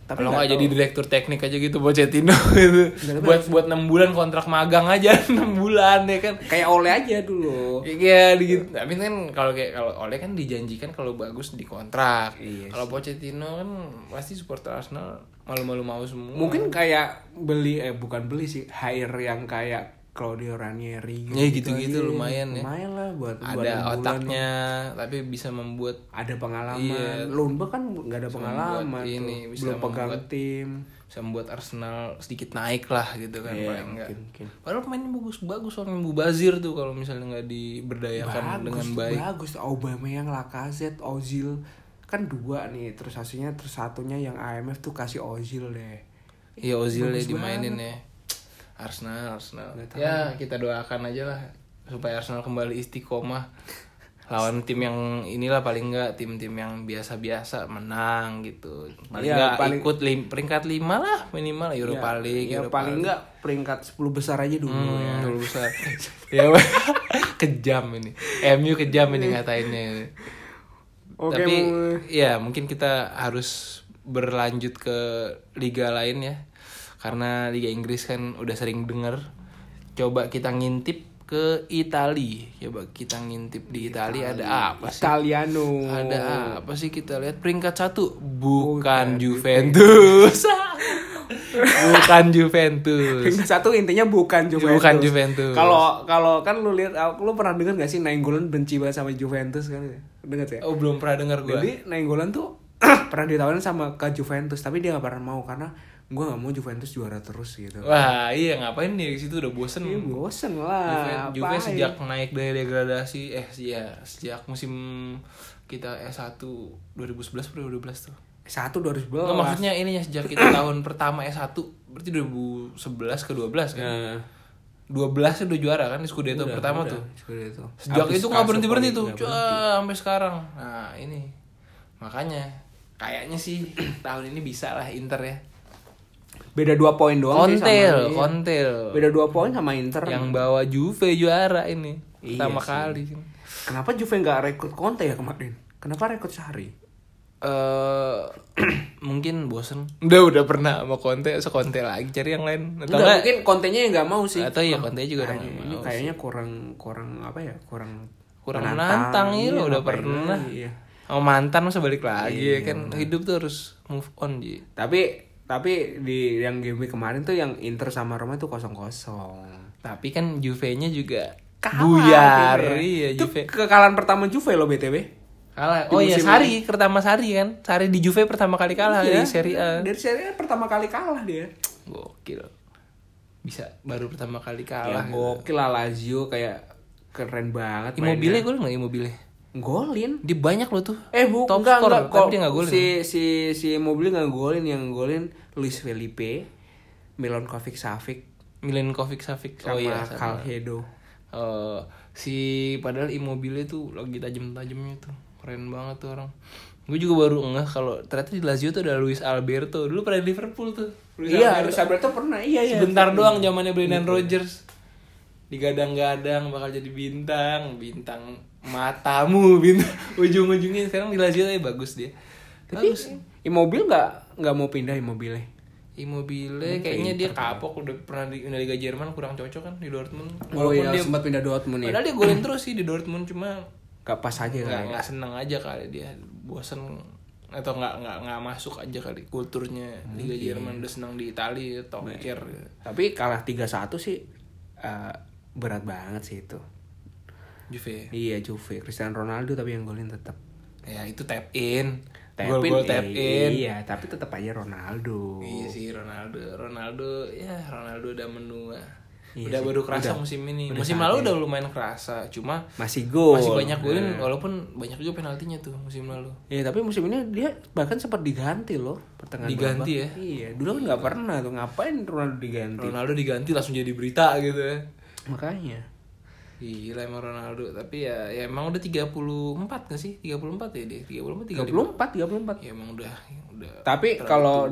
Tapi Kalau nggak nggak tahu. jadi direktur teknik aja gitu Pochettino (laughs) gitu. Nggak tahu. buat buat 6 bulan kontrak magang aja (laughs) 6 bulan ya kan. kayak oleh aja dulu. Iya gitu. Tapi kan kalau kayak kalau Ole kan dijanjikan kalau bagus dikontrak. Iya kalau Pochettino kan pasti supporter Arsenal malu-malu mau semua. Mungkin kayak beli eh bukan beli sih, hire yang kayak Claudio Ranieri Ya, gitu-gitu aja. lumayan ya. Lumayan lah buat buat enam ada bulan. otaknya tapi bisa membuat ada pengalaman. Iya. Lomba kan nggak ada Bisa pengalaman membuat tuh. ini, bisa belum pegang membuat- tim. bisa membuat Arsenal sedikit naik lah gitu kan Iya, paling enggak. mungkin, mungkin. Padahal pemainnya bagus-bagus orang Mubazir tuh kalau misalnya nggak diberdayakan dengan tuh, baik. bagus. Aubameyang, Lacazette, Ozil kan dua nih. Terus hasilnya terus satunya yang IMF tuh kasih Ozil deh. Iya Ozil ya Bagus dimainin ya. Arsenal, Arsenal. Nggak tahu. Ya kita doakan aja lah supaya Arsenal kembali istiqomah lawan tim yang inilah paling enggak tim-tim yang biasa-biasa menang gitu. Paling Iya, enggak paling- ikut lim- peringkat 5 lah minimal Europa Ya, League, ya, Europa paling League. enggak peringkat 10 besar aja dulu gitu, Hmm, ya. dulu besar. (laughs) ya kejam ini. MU kejam ini ngatainnya. ini. Oke, Tapi Bung. ya mungkin kita harus berlanjut ke liga lain ya. Karena liga Inggris kan udah sering denger. Coba kita ngintip ke Itali. Coba kita ngintip di Itali Oh. ada apa sih? Italiano. Ada apa sih kita lihat peringkat satu bukan Oh, Juventus. (laughs) bukan (laughs) Juventus. Peringkat satu intinya bukan Juventus. Bukan Juventus. Kalau kalau kan lu lihat lu pernah dengar gak sih Nainggolan benci banget sama Juventus kan? Dengar ya? Oh belum pernah denger gue. Jadi Nainggolan tuh (clears throat) pernah ditawarin sama ke Juventus tapi dia gak pernah mau karena gue gak mau Juventus juara terus gitu. Iya, Wah iya ngapain nih di situ udah bosen. Ih, bosen lah. Hmm. Juve, Juve apain. sejak naik dari degradasi eh ya sejak musim kita S1 2011 atau 2012 tuh. satu 2012 Nggak, maksudnya ininya sejak kita (coughs) tahun pertama S1 berarti 2011 ke 12 Iya. kan. 12 udah juara kan di Scudetto pertama tuh. Seperti itu. iya, Sejak Habis itu nggak Calcio berhenti berhenti Poli, tuh, nggak Cua, sampai sekarang. Nah ini makanya kayaknya sih (clears throat) tahun ini bisa lah Inter ya. berhenti. Beda dua poin doang sih sama Kontel, ini. kontel. Beda dua poin sama Inter. Yang bawa Juve juara ini Iya pertama sih. kali. Kenapa Juve nggak rekrut Conte ya kemarin? Kenapa rekrut Sari? eh (clears throat) mungkin bosen udah udah pernah sama konte sekonte lagi cari yang lain atau Enggak, enggak mungkin kontennya yang nggak mau sih. atau ya konte juga udah Kayaknya- nggak ini mau. kayaknya kurang kurang apa ya? Kurang kurang menantang ya Iya, lo udah ngapain pernah lagi, iya. sama mantan masa balik lagi ya kan hidup tuh harus move on ji Tapi tapi di yang game week kemarin tuh yang Inter sama Roma tuh kosong-kosong. tapi kan Juve nya juga Kalah, buyar Juve. iya Itu Juve kekalahan pertama Juve lo BTW. kalah Di oh iya musim Sari pertama Sari kan Sari di Juve pertama kali kalah dari Iya, Serie A Dari Serie A pertama kali kalah dia. gokil bisa baru pertama kali Ya, kalah iya. gokil lah Lazio kayak keren banget Immobile gue nggak Immobile mainnya. golin. dia banyak loh tuh Eh bu, Top enggak, scorer, enggak, tapi kok dia nggak ya? golin. Si si si mobil nggak golin yang golin Luis Felipe, Milon Kovic Savic Milenkovic Savic oh sama iya sama. Calhedo. Eh, si padahal Immobile tuh lagi tajam-tajamnya tuh keren banget tuh orang gue juga baru ngeh kalau ternyata di Lazio tuh ada Luis Alberto dulu pernah di Liverpool tuh Luis Iya, Alberto. Luis Alberto pernah. Iya iya. sebentar doang zamannya Brendan Rodgers digadang-gadang bakal jadi bintang bintang matamu (laughs) bintang ujung-ujungnya sekarang di Lazio tapi bagus dia Tapi bagus Immobile nggak nggak mau pindah Immobile. Immobile kayaknya dia kapok udah pernah di udah Liga Jerman kurang cocok kan di Dortmund Oh walaupun iya, dia sempat pindah Dortmund ya. padahal dia golin terus sih di Dortmund cuma Gak pas aja nggak kan. ya? nggak seneng aja kali dia bosen atau nggak nggak nggak masuk aja kali kulturnya Liga Jerman udah seneng di Itali tongker Tapi kalah 3-1 sih eh, berat banget sih itu Juve. iya Juve Cristiano Ronaldo tapi yang golin tetap Ya itu tap in. Tap in, Gol-gol tap iya, in. iya tapi tetap aja Ronaldo Iya sih Ronaldo, Ronaldo ya Ronaldo udah menua. Iya udah sih, baru kerasa udah. musim ini. Udah musim lalu udah lumayan kerasa, cuma masih gol masih banyak golin walaupun banyak juga penaltinya tuh musim lalu. Iya tapi musim ini dia bahkan sempat diganti loh pertengahan Diganti babak. ya? Iya dulu kan nggak pernah tuh ngapain Ronaldo diganti Ronaldo diganti langsung jadi berita gitu ya. makanya Gila emang Ronaldo, tapi ya ya emang udah 34 gak sih? 34 ya dia, 34 35. 34 34 Ya emang udah udah Tapi kalau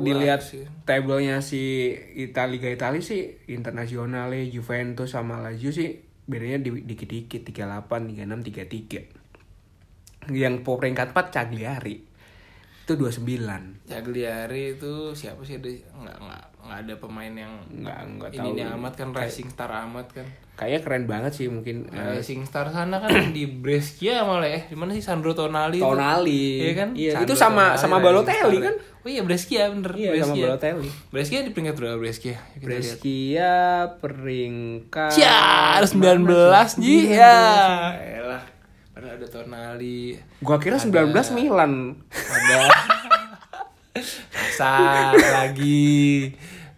tua dilihat sih. tabelnya si Itali Liga Itali sih Internasionale, Juventus sama Lazio sih bedanya di- dikit-dikit 38, 36, 33. Yang po- peringkat 4 Cagliari. Itu 29. Cagliari itu siapa sih ada nggak nggak nggak ada pemain yang Enggak enggak tahu. ini amat kan rising star amat kan. Kayaknya keren banget sih mungkin eh, Rising star sana kan (clears throat) di Brescia malah ya. Di mana sih Sandro Tonali? itu? Tonali. Iya kan? Iya, Sandro itu sama Tonali sama rising Balotelli star. kan? Oh iya Brescia bener. Iya, sama Balotelli. Brescia di peringkat berapa Brescia? Yuk Kita lihat. Brescia peringkat Ciar 19 Ji. Ya. Elah. Padahal ada Tonali. Gua kira 19 Milan. Ada Kasar lagi.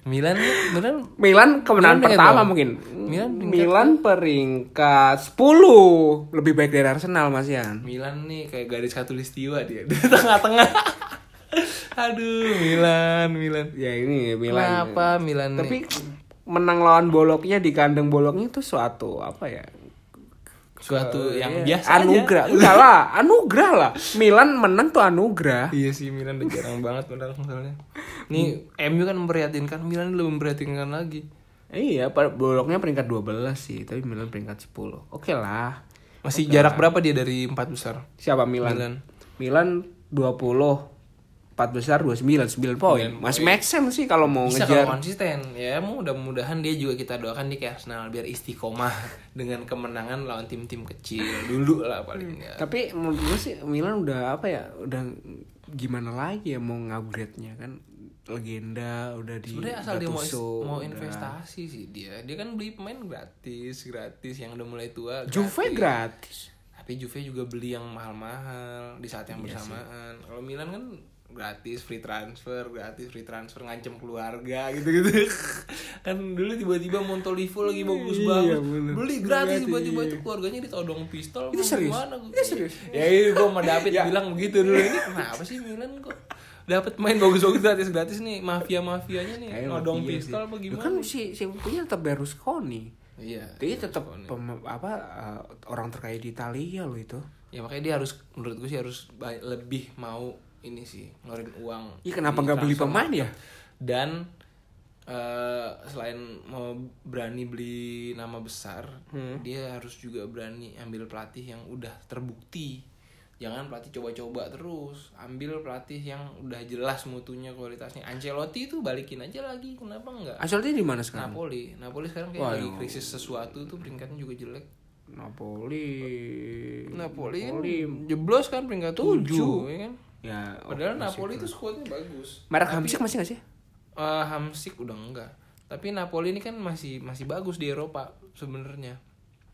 Milan Milan Milan kemenangan Milan peringkat pertama berapa? mungkin. Milan Milan peringkat peringkat, peringkat 10. Lebih baik dari Arsenal Mas Yan. Milan nih kayak garis khatulistiwa dia di tengah-tengah. Aduh, Milan, Milan. Ya ini Milan. Kenapa Milan nih? Tapi menang lawan boloknya di kandang boloknya itu suatu apa ya? suatu yang Iya, biasa anugerah. aja. Enggak lah, anugerah lah. Milan menang tuh anugerah. Iya sih Milan udah jarang banget menang soalnya. Nih MU kan memprihatinkan, Milan lebih memprihatinkan lagi. Iya, pa- boloknya peringkat 12 sih, tapi Milan peringkat 10. Oke lah. Masih jarak berapa dia dari empat besar? Siapa Milan? Milan. Milan, 20 4 besar 29 9 poin. Masih make sense sih kalau mau Bisa ngejar kalau konsisten ya mudah-mudahan dia juga kita doakan di kayak Arsenal biar istiqomah (laughs) dengan kemenangan lawan tim-tim kecil dulu lah paling nggak. Tapi menurut gue sih Milan udah apa ya? Udah gimana lagi ya mau upgrade-nya kan legenda udah di Sebenarnya asal dia mau, Gattuso, mau udah. investasi sih dia. Dia kan beli pemain gratis, gratis yang udah mulai tua. Juve gratis. gratis. Tapi Juve juga beli yang mahal-mahal di saat yang Iya bersamaan. Kalau Milan kan gratis free transfer, gratis free transfer ngancem keluarga (laughs) gitu-gitu. kan dulu tiba-tiba Montolivo lagi bagus-bagus. Iya, bener. iya, beli gratis tiba-tiba itu keluarganya ditodong pistol. Itu mau serius? gimana? Itu serius? Iya. Ya itu gua sama (laughs) David bilang begitu dulu. Ini kenapa sih Milan kok dapat main bagus-bagus gratis-gratis nih mafia-mafianya nih Kayak nodong mafia pistol sih. apa Lu gimana? Kan si si punya tetap Berlusconi. Iya. Dia tetap pem- apa eh, orang terkaya di Italia loh itu. Ya makanya dia harus menurut gue sih harus ba- lebih mau ini sih ngeluarin uang. Iya kenapa di nggak beli transfer pemain ya? dan eh, selain mau berani beli nama besar Hmm. dia harus juga berani ambil pelatih yang udah terbukti jangan pelatih coba-coba terus ambil pelatih yang udah jelas mutunya kualitasnya Ancelotti itu balikin aja lagi kenapa enggak Ancelotti di mana sekarang? Napoli Napoli sekarang kayak lagi krisis sesuatu tuh peringkatnya juga jelek Napoli, Napoli. kan jeblos kan peringkat tujuh ya kan Ya, padahal Napoli itu skuadnya bagus merek Hamsik masih gak sih? Eh, Hamsik udah enggak. Tapi Napoli ini kan masih masih bagus di Eropa sebenarnya.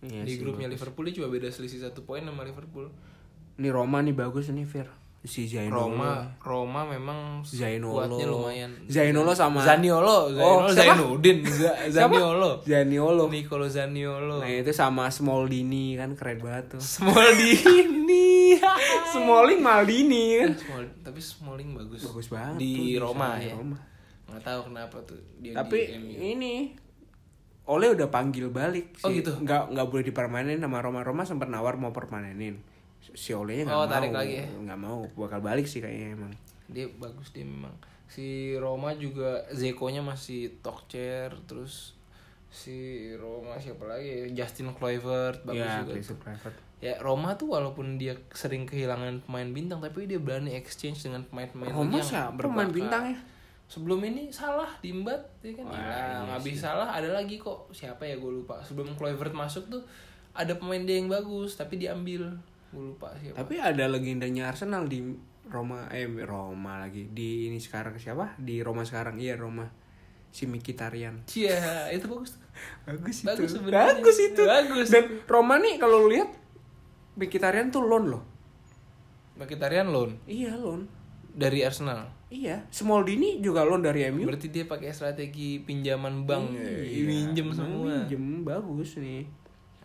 Iya di grupnya Liverpool ini cuma beda selisih satu poin sama Liverpool. Ini Roma nih bagus nih Fir. Si Zainolo. Roma Roma memang Zainolo. kuatnya lumayan. Zainolo sama Zaniolo, Zaniolo, Oh, siapa? Zainuddin, Za- Zaniolo. Zaniolo. Nicolo Zaniolo. Nah, itu sama Smoldini kan keren banget tuh. (laughs) Smalling. Smalling Maldini kan. Small- tapi Smalling bagus. Bagus banget tuh Di dia Roma sama di ya. Roma. Nggak tahu kenapa tuh dia Tapi di MU. ini Oleh udah panggil balik Oh, gitu? Nggak, nggak boleh dipermanenin sama Roma. Roma sempat nawar mau permanenin. Si Olehnya nggak Oh, mau. tarik lagi ya? Nggak mau. Bakal balik sih kayaknya emang. dia bagus dia memang si Roma juga Zekonya masih talk chair terus si Roma siapa lagi ya? Justin Kluivert bagus ya, juga Chris Pratt. ya Roma tuh walaupun dia sering kehilangan pemain bintang tapi dia berani exchange dengan pemain-pemain Roma yang siapa berbakat. pemain ya? bintangnya? sebelum ini salah diimbat ya kan iya hilang habis salah ada lagi kok siapa ya gue lupa sebelum Kluivert masuk tuh ada pemain dia yang bagus tapi diambil gue lupa siapa Tapi ada legendanya Arsenal di Roma eh Roma lagi. Di ini sekarang siapa? Di Roma sekarang. Iya, Roma. si Mikitarian. Cia, Iya, itu bagus. tuh. Bagus itu. Bagus Bagus, sebenarnya. itu. Bagus. Dan Roma nih kalau lu lihat Mikitarian tuh loan loh. Mkhitaryan loan Iya, loan. dari Arsenal. Iya, Smalldini juga loan dari MU. Berarti dia pakai strategi pinjaman bank, ya? eh, Iya, minjem semua. Minjem bagus nih.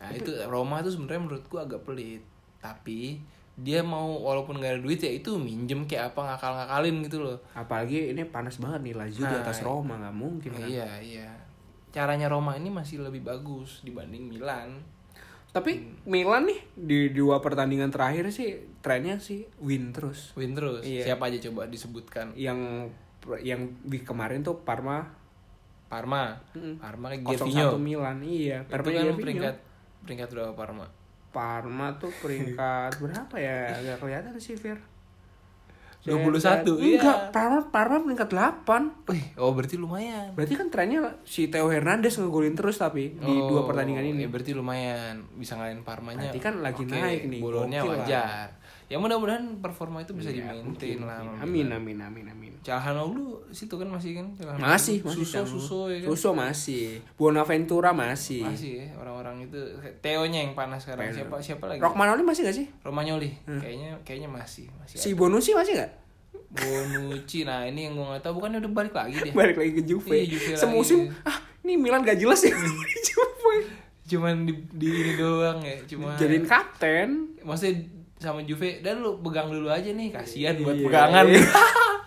Nah, itu Roma tuh sebenarnya menurutku agak pelit, tapi dia mau walaupun gak ada duit ya itu minjem kayak apa ngakal-ngakalin gitu loh. Apalagi ini panas banget nih Lazio di Nah, atas Roma nggak mungkin kan. Iya, iya. Caranya Roma ini masih lebih bagus dibanding Milan. Tapi Milan nih di dua pertandingan terakhir sih trennya sih win terus. Win terus. Iya. Siapa aja coba disebutkan? Yang yang di kemarin tuh Parma Parma. Mm-mm. Parma kayak 0-1 Gervinho. Milan. Iya, Itu Parma kan Gervinho. peringkat peringkat berapa Parma? Parma tuh peringkat berapa ya? Gak kelihatan sih Fir. 21, iya. Enggak, Parma Parma peringkat 8. Wih, oh berarti lumayan. Berarti kan trennya si Theo Hernandez ngegolin terus tapi di Oh, dua pertandingan ini. ya berarti lumayan bisa ngalahin Parmanya. Berarti kan lagi Oke, naik nih, Bolonya gokil lah. wajar. Ya mudah-mudahan performa itu bisa Iya, di-maintain lah. Amin amin amin amin. Calhanoglu situ kan masih kan? Calhanoglu. Masih, Suso, masih sama. Suso ya kan? Suso masih. Bonaventura masih. Masih ya orang-orang itu Teonya yang panas sekarang. Penal. Siapa siapa lagi? Rockmanoli masih gak sih? Romagnoli. Kayaknya kayaknya masih, masih. Hmm. Si Bonucci masih gak? Bonucci. Nah, ini yang gue nggak tahu bukannya udah balik lagi dia. Balik lagi ke Juve. Iya, Juve lagi. Hmm. Semusim ah ini Milan gak jelas ya. (laughs) Di Juve. Cuman di, di ini doang ya, cuma Jadiin kapten. maksudnya sama Juve dan lu pegang dulu aja nih kasihan buat Iya. pegangan (laughs)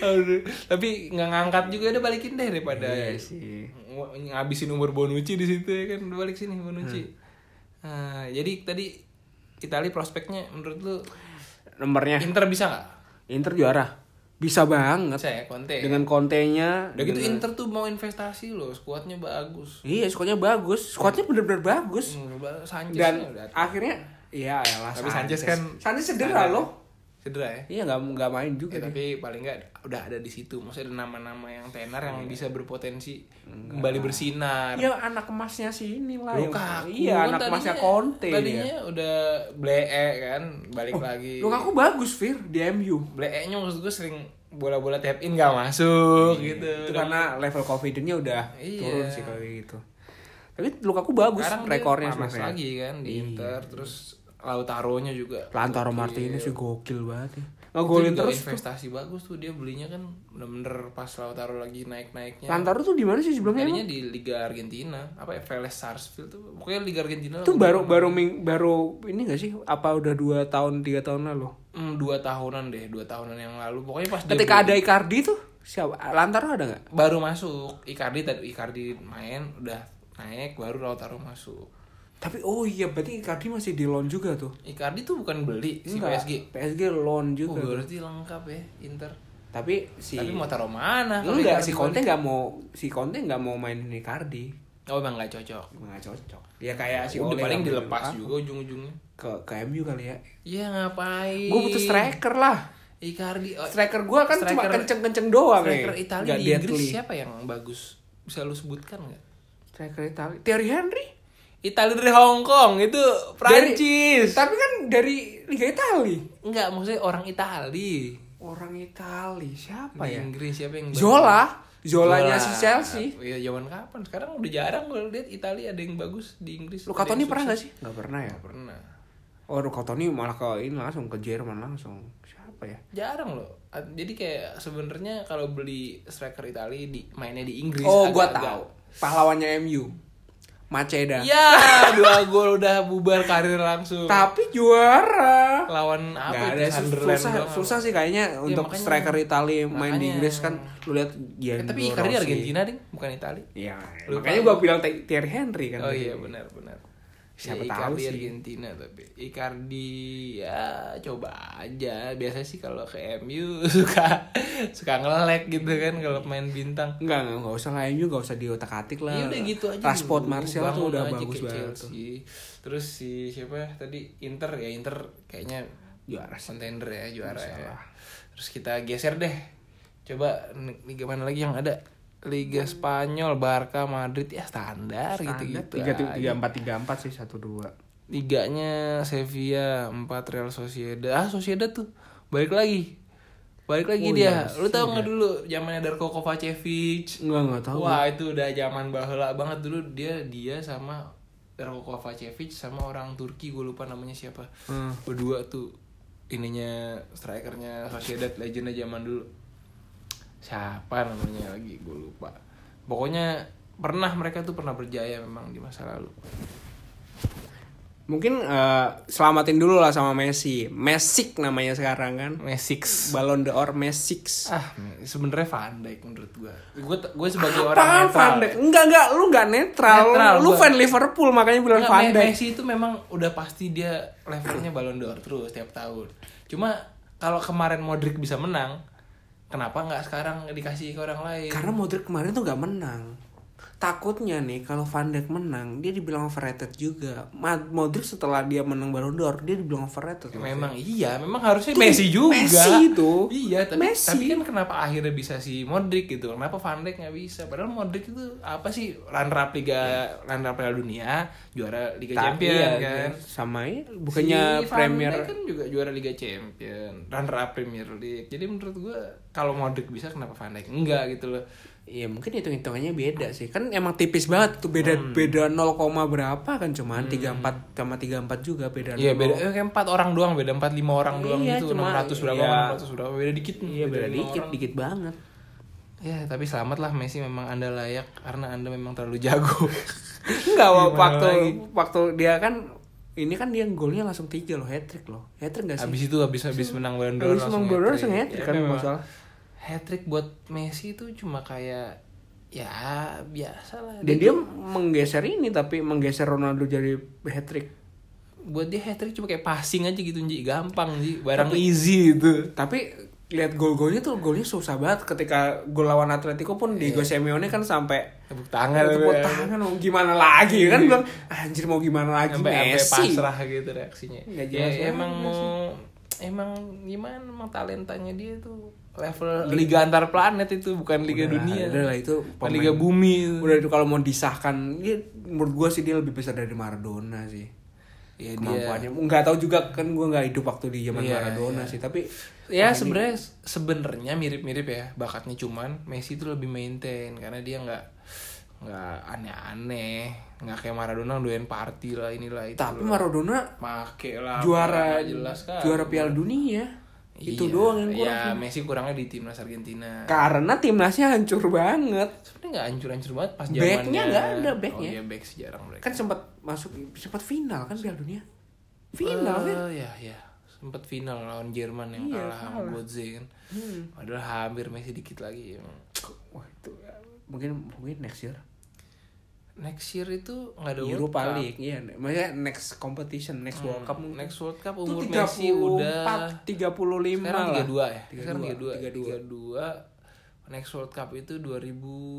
Aduh, tapi nggak ngangkat juga udah balikin deh daripada Iya sih. ng- ngabisin umur Bonucci di situ ya kan Udah balik sini Bonucci Hmm. Ah, jadi tadi Itali prospeknya menurut lu Nomornya Inter bisa nggak Inter juara. Bisa banget saya ya, Conte dengan kontenya. Iya udah gitu dengan- Inter tuh mau investasi loh skuadnya bagus Iya, skuadnya bagus. Skuadnya bener-bener bagus. Hmm, Iya. Sanchez Dan udah akhirnya ya elah Tapi Sanchez kan- Sanchez cedera loh. cedera ya Iya nggak nggak main juga. Ya, dia. tapi paling nggak udah ada di situ maksudnya ada nama-nama yang tenar Iya. yang bisa berpotensi kembali bersinar Ya anak emasnya si inilah. yang- Lukaku Iya kan anak emasnya tadinya- Conte. ya. tadinya dia. udah blee kan balik lagi Lukaku bagus Fir di MU. blee nya maksud gue sering bola-bola tap in gak masuk gitu Iya, Itu kan karena level confidence-nya udah Iya. turun sih kalau gitu. Tapi Lukaku bagus sekarang dia rekornya panas sebenarnya. Iya. lagi kan di Inter terus Lautaro-nya juga Lantaro Gokil. Martinez sih gokil banget. Ya. Iya. Itu Ngegolin juga terus. tuh. investasi bagus tuh dia belinya kan bener-bener pas Lautaro lagi naik-naiknya Lantaro tuh di mana sih sebelumnya? Tadinya emang? di Liga Argentina, apa ya Vélez Sarsfield tuh. Pokoknya Liga Argentina lah. Itu baru baru ming, baru ini gak sih? Apa udah 2 tahun 3 tahun lalu? Hmm, dua tahunan deh, dua tahunan yang lalu. Pokoknya pas dia baru- Ketika ada Icardi tuh siapa? Lantaro ada nggak? baru masuk Icardi tadi Icardi main udah naik baru Lautaro masuk. Tapi oh iya berarti Icardi masih di loan juga tuh. Icardi tuh bukan beli si Enggak, PSG. PSG Oh, loan juga. berarti lengkap ya Inter. Tapi si Tapi mau taruh mana? kalau Icardi enggak si Conte nggak mau si Conte nggak mau mainin Icardi. balik? Oh, emang nggak cocok. Nggak cocok. Ya kayak si Udah Ole Oh, paling nggak dilepas mau- juga ujung-ujungnya. ke ke MU kali ya. Iya ngapain? Gue butuh striker lah. Icardi. Oh, Striker gue kan cuma Striker- kenceng-kenceng doang striker nih. Italia Nggak di Inggris deadly. siapa yang bagus? Bisa lu sebutkan nggak? Striker Italia. Thierry Henry. Italia dari Hong Kong itu Prancis. Tapi kan dari Liga Italia. Enggak, maksudnya orang Itali. Orang Italia siapa Apa ya? Inggris siapa yang bagus? Zola. Zolanya Zola. si Chelsea. Iya, zaman kapan? Sekarang udah jarang gue lihat Italia ada yang bagus di Inggris. Luca Ada Toni yang pernah sukses. Iya, gak sih? Gak pernah ya. Pernah. Oh Luca Toni malah ke ini langsung ke Jerman langsung. Siapa ya? Jarang loh. A- Jadi kayak sebenarnya kalau beli striker Italia di mainnya di Inggris Oh gue agak-agak- tahu. Pahlawannya MU. Maceda. (laughs) Ya, dua gol udah bubar karir langsung. Tapi juara. Lawan apa itu? Gak ada sus- Sunderland susah, doang. Iya, susah sih kayaknya untuk makanya. striker Italia main di Makanya. Inggris kan lu lihat ya Eh, tapi Icardi Argentina ding, bukan Italia. Iya. Lupa. Makanya gua bilang Te- Thierry Henry kan. Oh iya benar benar. Siapa Ya, tahu Icardi sih. Argentina tapi Icardi ya coba aja. Biasanya sih kalau ke MU (laughs) suka suka ngelek gitu kan kalau main bintang. Enggak, enggak, enggak usah lah MU enggak usah diotak-atik lah. Ya udah gitu aja. Rashford dulu, Martial tuh bangun udah aja bagus kayak banget tuh. Chelsea. Terus si siapa ya tadi Inter ya Inter kayaknya Juara sih. contender ya juara ya. Terus kita geser deh. Coba nih, liga mana lagi yang ada? Liga Spanyol, Barca, Madrid ya standar, gitu-gitu. Tiga gitu aja. tiga empat tiga empat sih satu dua. Liganya Sevilla, 4 Real Sociedad. Ah, Sociedad tuh balik lagi. Balik lagi Oh, dia. iya, Lu tau nggak dulu zamannya Darko Kovacevic? Enggak, enggak tahu. Wah, itu udah zaman baheula banget dulu dia dia sama Darko Kovacevic sama orang Turki gue lupa namanya siapa. Hmm. Berdua tuh ininya strikernya Sociedad legenda zaman dulu. Siapa namanya lagi gue lupa. Pokoknya pernah mereka tuh pernah berjaya memang di masa lalu. Mungkin eh, selamatin dulu lah sama Messi. Messi namanya sekarang kan. Messi. Ballon d'Or Messi. ah sebenarnya Van Dijk menurut gue gue gue sebagai orang Apaan netral Van Dijk? Enggak, enggak. Lu enggak netral. Netral, lu gua. fan Liverpool makanya bilang Nggak, Van Me- Dijk. Messi itu memang udah pasti dia levelnya Ballon d'Or terus tiap tahun cuma kalau kemarin Modric bisa menang kenapa nggak sekarang dikasih ke orang lain Karena Modric kemarin tuh gak menang. Takutnya nih kalau Van Dijk menang, dia dibilang overrated juga. Ma- Modric setelah dia menang Ballon d'Or, dia dibilang overrated. memang iya memang harusnya Messi juga Messi itu. iya tapi Messi. tapi kan kenapa akhirnya bisa si Modric gitu kenapa Van Dijk nggak bisa padahal Modric itu apa sih runner up liga runner up Piala Dunia juara Liga Tapi Champion ya, kan sama ya, bukannya si Van Premier Dijk kan juga juara Liga Champion runner up Premier League jadi menurut gua kalau Modric bisa kenapa Van Dijk enggak gitu loh Iya mungkin hitung hitungannya beda sih kan emang tipis banget tuh beda Hmm. beda 0, koma berapa kan cuman tiga empat sama tiga empat juga beda Iya 0. beda eh, kayak empat orang doang beda empat lima orang doang Iya, gitu cuma- 600 berapa iya. 600 berapa beda dikit iya beda lima dikit orang. dikit banget ya tapi selamatlah Messi memang anda layak karena anda memang terlalu (laughs) jago Enggak Gimana waktu lagi? waktu dia kan ini kan dia golnya langsung tiga loh hat trick loh hat trick gak sih habis itu habis habis menang Ballon d'Or Terus emang bener langsung hat Ya, trick kan memang. masalah hat-trick buat Messi itu cuma kayak ya biasa lah dan dia menggeser ini tapi menggeser Ronaldo jadi hat trick buat dia hat trick cuma kayak passing aja gitu Ji gampang Ji barang easy itu tapi lihat gol-golnya tuh golnya susah banget ketika gol lawan Atletico pun Diego Simeone kan sampai tepuk tangan Iya. tangan ya. tepuk Iya. tangan mau gimana lagi kan bilang anjir mau gimana lagi sampai sampai Messi pasrah gitu reaksinya Nggak ya, jelas banget emang mau emang gimana emang talentanya dia tuh level liga antar planet itu bukan liga Iya. Udah, dunia udah lah, itu Bukan pemain. liga bumi Ya, itu. udah itu kalau mau disahkan dia menurut gua sih dia lebih besar dari Maradona sih ya dia kemampuannya nggak tahu juga kan gua nggak hidup waktu di zaman Iya, Maradona sih tapi ya sebenarnya sebenarnya mirip-mirip ya bakatnya cuman Messi itu lebih maintain karena dia nggak nggak aneh-aneh nggak kayak Maradona doyan party lah inilah itu tapi lah. Maradona make lah juara nggak jelas kan juara Piala Dunia itu doang yang kurang ya sih. Messi kurangnya di timnas Argentina karena timnasnya hancur banget sebenarnya nggak hancur-hancur banget pas zamannya Backnya nggak ada, backnya. oh iya back sih jarang mereka kan sempat masuk sempat final kan Piala Dunia final Iya, final kan ya ya Eh, sempat final lawan Jerman yang kalah sama Godze kan padahal hampir Messi dikit lagi hmm, Wah itu ya, mungkin mungkin next year. next year itu nggak ada World Europa Cup. League iya. Maksudnya next competition, next World Cup mungkin. Hmm, next World Cup Itu umur 34, Messi udah 35 sekarang lah. 32 ya 32, sekarang 32 32 next World Cup itu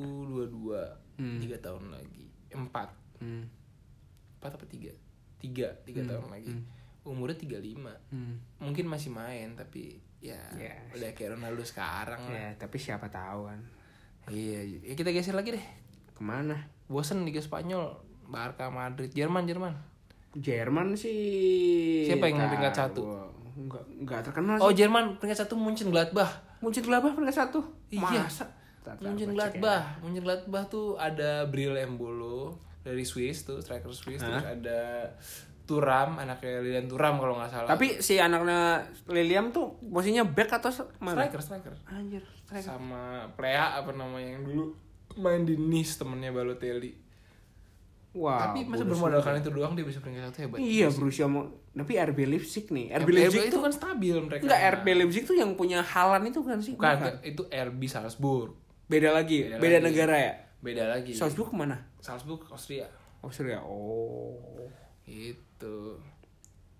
2022 tiga tahun lagi empat Hmm. empat apa tiga tiga tiga tahun lagi hmm. umurnya 35 mungkin masih main tapi ya Ya. udah kayak Ronaldo sekarang lah. Ya, tapi siapa tahu kan. Iya, ya kita geser lagi deh. Kemana? Bosen Liga Spanyol, Barca Madrid, Jerman, Jerman. Jerman sih. Siapa yang Ntar peringkat satu? gua- Nggak, nggak terkenal Oh, sih. Jerman peringkat satu Munchen Gladbach. Munchen Gladbach peringkat satu. Iya. Masa? Ntar, ntar Munchen gua cek ya. Gladbach, Munchen Gladbach tuh ada Bril Embolo dari Swiss tuh, striker Swiss terus ada Turam, anaknya Lilian Turam kalau nggak salah. Tapi si anaknya Liliam tuh posisinya back atau se- mana? striker, striker. Anjir, striker. Sama Plea apa namanya yang dulu main di Nice temennya Balotelli. Wow. Tapi masa bermodalkan itu doang dia bisa peringkat satu hebat. Iya berusia mau tapi RB Leipzig nih. RB RB Leipzig itu tuh kan stabil mereka. enggak RB Leipzig tuh yang punya Halan itu kan sih. Bukan, itu RB Salzburg. Beda lagi, Beda beda, lagi. Iya. negara ya. Beda lagi. Salzburg kemana? Salzburg Austria Austria. Oh. gitu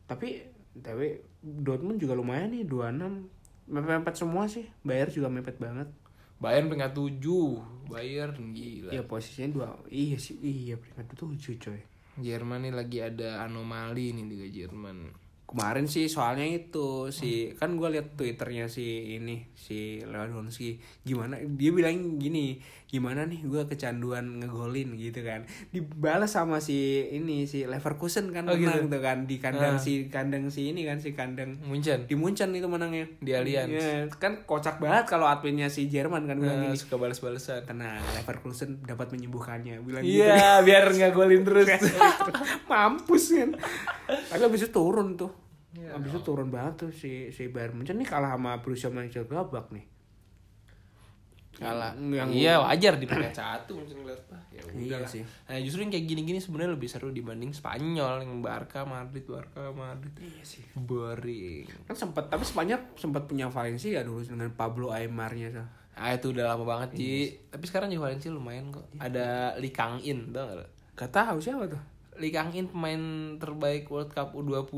Tapi tapi Dortmund juga lumayan nih 26. Mepet-mepet semua sih. Bayar juga mepet banget. Bayern peringkat 7 Bayern gila Ya posisinya dua. Iya sih, iya peringkat itu lucu coy. Jerman nih lagi ada anomali nih Liga Jerman Kemarin sih soalnya itu si kan gue liat twitternya si ini si Lewandowski gimana dia bilang gini gimana nih gue kecanduan ngegolin gitu kan dibalas sama si ini si Leverkusen kan Oh, gitu. menang tuh kan di kandang si kandang si ini kan si kandang Munchen di Munchen itu menangnya Di Allianz. Iya, kan kocak banget kalau adminnya si Jerman kan bilang Eh, gini suka balas-balasan tenang Leverkusen dapat menyembuhkannya bilang gitu Iya, biar nggak golin terus. (laughs) mampus kan tapi abis itu turun tuh abis itu turun banget tuh si si Bayern Munchen nih kalah sama Borussia Mönchengladbach nih Kalah. Yang- Iya, wajar di (clears throat) peringkat satu Munchen Gladbach. Ya Iya udah lah. sih. Nah, justru yang kayak gini-gini sebenarnya lebih seru dibanding Spanyol yang Barca Madrid, Barca Madrid. iya sih Boring. kan sempat tapi Spanyol sempat punya Valencia dulu dengan Pablo Aimarnya tuh Ah itu udah lama banget Iya Ji. Tapi sekarang di Valencia lumayan kok. Ada Lee Kang In, tau gak lo? gak tahu siapa tuh Lee Kang In pemain terbaik World Cup U20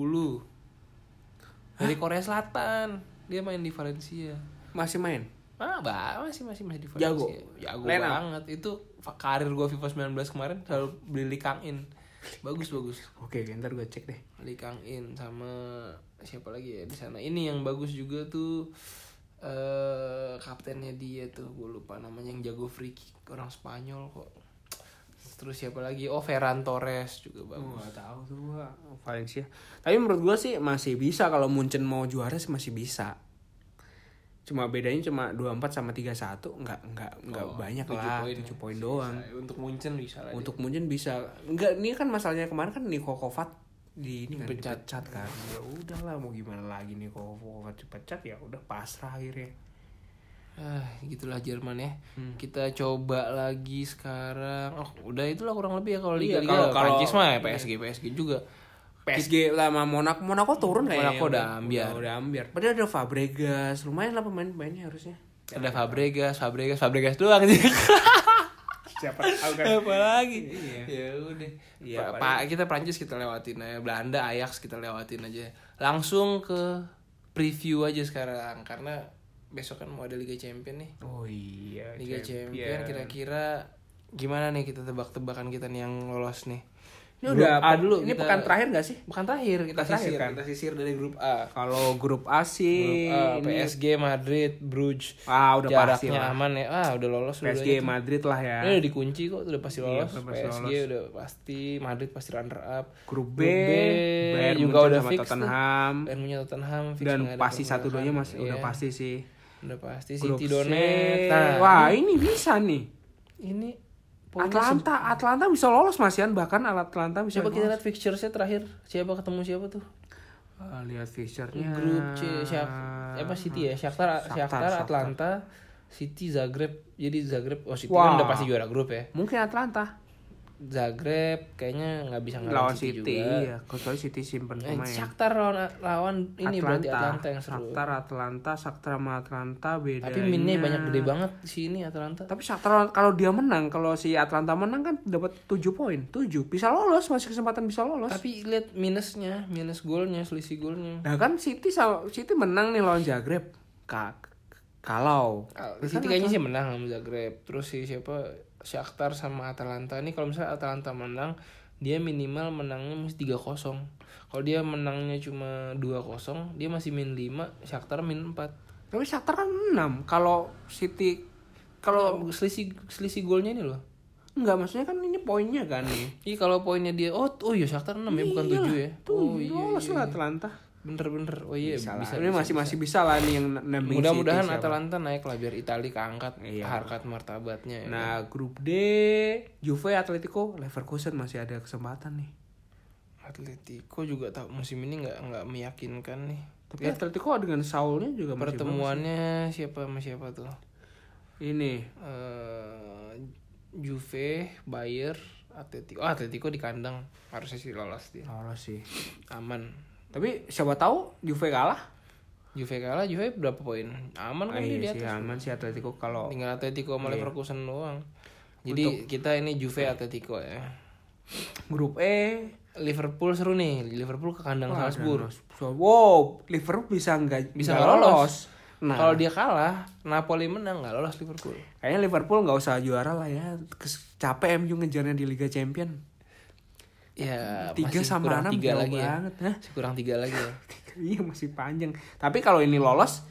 dari Korea Selatan. Dia main di Valencia. masih main Ah, bah, masih masih masih di Valencia. Jago. Jago Line up. banget. Itu fa- karir gua FIFA 19 kemarin selalu beli Lee Kang In. Bagus bagus. oke ntar gue cek deh Lee Kang In sama siapa lagi ya di sana. Ini yang bagus juga tuh eh kaptennya dia tuh gue lupa namanya yang jago free kick orang Spanyol kok. Terus siapa lagi? Oh, Ferran Torres juga bagus. Gak tahu tuh gua Valencia. Tapi menurut gua sih masih bisa kalau Munchen mau juara sih masih bisa. Cuma bedanya cuma 24 sama 31 nggak nggak nggak Oh, banyak tujuh lah, poin 7 ya. poin doang. Bisa. Untuk Munchen bisa lah. Untuk Munchen bisa. Enggak, ini kan masalahnya kemarin kan Niko Kovac di ini kan Dipecat. dipecat kan. Ya udahlah mau gimana lagi Niko Kovac dipecat ya udah pasrah akhirnya. Ah, gitulah Jerman ya. Hmm. Kita coba lagi sekarang. Oh, udah itulah kurang lebih ya kalau Iya, liga-liga kalau- kalau- Prancis mah ya PSG PSG juga. PSG sama Monaco Monaco turun kayaknya. Monaco udah ambiar. Udah, udah ambiar. Padahal ada Fabregas, lumayan lah pemain-pemainnya harusnya. Ada Fabregas, Fabregas, Fabregas doang (laughs) sih. Siapa (laughs) tahu kan. Apa lagi? Iya. Ya udah. Iya, Pa- pa- kita Prancis kita lewatin aja, Belanda Ajax kita lewatin aja. Langsung ke preview aja sekarang karena besok kan mau ada Liga Champion nih. Oh iya, Liga Champion kira-kira gimana nih kita tebak-tebakan kita nih yang lolos nih. Ini Grup udah A dulu. ini kita- pekan terakhir gak sih? Bukan terakhir, kita Terakhir, sisir, kan? kita sisir dari grup A. Eh, Kalau grup A sih Grup A, ini- PSG, Madrid, Bruges. Ah, udah pasti jaraknya lah. aman ya. Ah, udah lolos PSG dua-duanya tuh. Eh, Madrid lah ya. Iya, Ini udah dikunci kok, udah pasti lolos. udah pasti PSG udah pasti, Madrid pasti runner up. Grup B, Bayern Bayern juga Munchen udah sama fix tuh. Tottenham Bayern punya Tottenham fix dan nggak ada pasti permintaan. satu duanya masih udah Iya, pasti sih. Udah pasti Grup City C. Donetsk. Nah, Wah, ini bisa nih. ini poinnya se- Atlanta, Atlanta bisa lolos Masian bahkan Atlanta bisa Coba kita lolos. lihat fixture-nya terakhir. Siapa ketemu siapa tuh? Ah, lihat fixture-nya. grup C Syaf apa City ya Shakhtar Ah. Shakhtar, Atlanta City Zagreb jadi Zagreb oh City kan Wah. udah pasti juara grup ya Mungkin Atlanta Zagreb kayaknya nggak bisa ngalahin lawan City, City, juga iya, kecuali City simpen Eh, pemain. Shakhtar lawan lawan ini berarti Atlanta yang seru Shakhtar, Atlanta, Shakhtar sama Atlanta beda. tapi minnya banyak gede banget si ini Atlanta Tapi Shakhtar kalau dia menang, kalau si Atlanta menang kan dapat 7 poin. 7. Bisa lolos, masih kesempatan bisa lolos. tapi lihat minusnya minus golnya selisih golnya Nah kan City sama- City menang nih lawan Zagreb. Ka kalau Ah, City kayaknya sih menang sama Zagreb. Terus si siapa Shakhtar sama Atalanta ini kalau misalnya Atalanta menang, dia minimal menangnya mesti 3-0. Kalau dia menangnya cuma 2-0, dia masih min 5, Shakhtar min 4. tapi Shakhtar kan 6. Kalau City kalau Kalau selisih selisih golnya ini loh. enggak maksudnya kan ini poinnya kan nih. Iya kalau poinnya dia oh t- oh iya Shakhtar 6 ya bukan 7 ya. Tuh, oh iya. lolos iya, iya. lah Atlanta. Bener bener. Oh iya Bisa, bisa. lah. bisa, ini masih masih bisa lah nih yang nambing Mudah-mudahan City siapa. Atalanta naik lah biar Italia keangkat Iya. harkat martabatnya ya. Nah, grup D, Juve, Atletico, Leverkusen masih ada kesempatan nih. Atletico juga tak musim ini nggak nggak meyakinkan nih. Tapi Ya, ya, Atletico dengan Saulnya juga masih Pertemuannya siapa sama siapa tuh? bagus. ini. Eh, Juve, Bayer, Atletico. Oh, Atletico di kandang. Harusnya sih lolos dia. Lolos sih. Aman. Tapi siapa tahu Juve kalah. Juve kalah, Juve berapa poin? Aman kan Ah, dia di iya sih ya. Iya. atas. aman sih Atletico kalau Tinggal Atletico sama Leverkusen doang. Jadi kita ini Juve Atletico ya. grup E Liverpool seru nih. Liverpool ke kandang Salzburg. Wow, Liverpool bisa nggak Bisa nggak nggak lolos. Nah, Kalau dia kalah, Napoli menang nggak lolos Liverpool. kayaknya Liverpool nggak usah juara lah ya. Kes- Capek MU ngejarnya di Liga Champion. ya Tiga masih sama kurang enam tiga jauh lagi ya. banget. Hah? Masih kurang tiga lagi ya (laughs) Iya masih panjang. Tapi kalau ini lolos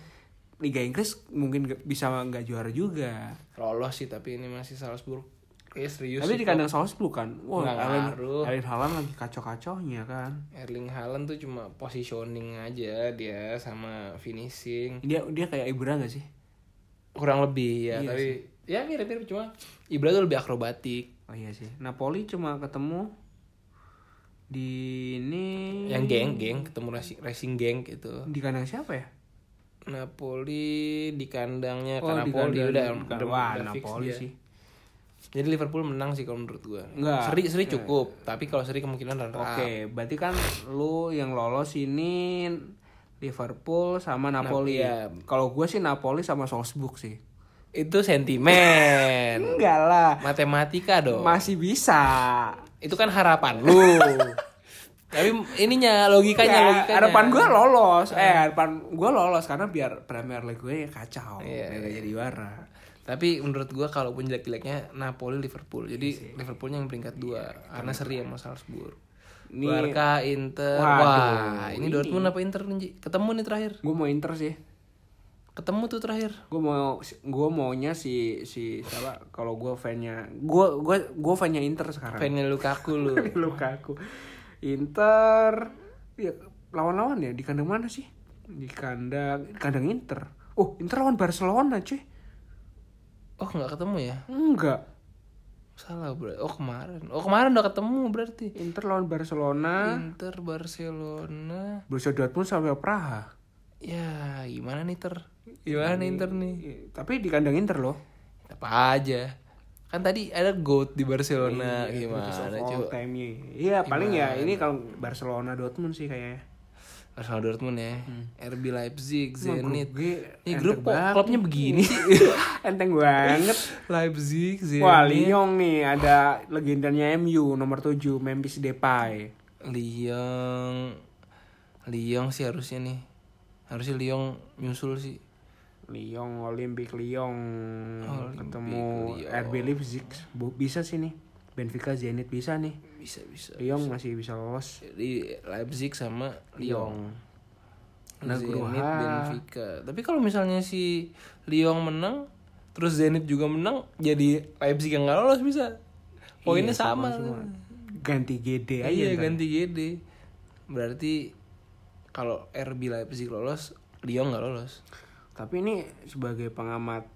Liga Inggris mungkin nggak- bisa nggak juara juga. lolos sih tapi ini masih Salzburg eh serius Tapi sih, di kandang Salzburg kan. Wah, Nggak Erling, ngaruh. Erling Haaland lagi kacau-kacaunya kan. Erling Haaland tuh cuma positioning aja dia sama finishing Dia dia kayak Ibra gak sih? kurang lebih ya Iya tapi ya mirip-mirip cuma Ibra tuh lebih akrobatik Oh iya sih. Napoli cuma ketemu di ini yang geng-geng ketemu racing, racing geng gitu di kandang siapa ya? Napoli di kandangnya Oh, karena di Ya, Napoli kandang- udah, di udah, kandang- Wah, udah fix Napoli dia. sih. Jadi Liverpool menang sih kalau menurut gua. Nggak. Seri seri cukup, tapi kalau seri kemungkinan runner Oke, up. berarti kan lu yang lolos ini Liverpool sama Napoli. iya. Kalau gue sih Napoli sama Salzburg sih. Itu sentimen. Enggak lah, Matematika dong. masih bisa. Itu kan harapan lu. tapi ininya logikanya Ya, logikanya. Ah. harapan gue lolos, eh harapan gue lolos karena biar Premier League gue kacau, Iya, biar nggak jadi juara. Tapi menurut gua kalaupun jelek-jeleknya Napoli Liverpool. Jadi Liverpoolnya yang peringkat dua karena seri sama Salzburg. Ini- Barca Inter. Waduh, Wah, ini Dortmund apa Inter nih? Ji? Ketemu nih terakhir. Gue mau Inter sih, Ketemu tuh terakhir. gue mau gue maunya si si siapa? Kalau gue fannya, gue gue gue fannya Inter sekarang. (laughs) Fannya Lukaku lu. Lukaku. Inter ya, lawan-lawan ya di kandang mana sih? Di kandang kandang Inter. Oh, Inter lawan Barcelona, cuy. Oh, nggak ketemu ya? Enggak. Salah berarti. Oh kemarin. Oh kemarin udah ketemu berarti. Inter lawan Barcelona. Inter Barcelona. Borussia Dortmund sama Praha. Ya gimana nih ter? Gimana nih Inter nih? I- Tapi di kandang Inter loh. Apa aja? Kan tadi ada GOAT di Iya, Barcelona. gimana All coba? time-nya. Iya, paling ya ini kalau Barcelona Dortmund sih kayaknya. Barcelona Dortmund ya. RB Leipzig, Zenit. Hmm. Gue Ini grup kok klubnya begini sih. (laughs) enteng banget. Leipzig, Wah, Zenit, Lyon nih ada legendanya MU nomor 7 Memphis Depay. Lyon. Lyon sih harusnya nih. Harusnya Lyon nyusul sih. Lyon Olympic Lyon Olympique ketemu Lyon. RB Leipzig Bu- bisa sih nih Benfica Zenit bisa nih Bisa bisa. Lyon masih bisa lolos Jadi Leipzig sama Lyon. Lyon Nah, Nah, Zenit, Gruha. Benfica. Tapi kalau misalnya si Lyon menang, terus Zenit juga menang, jadi Leipzig yang nggak lolos bisa. Poinnya Iya, sama. semua. ganti GD aja Iya, ntar. ganti GD. Berarti kalau RB Leipzig lolos, Lyon nggak lolos. tapi ini sebagai pengamat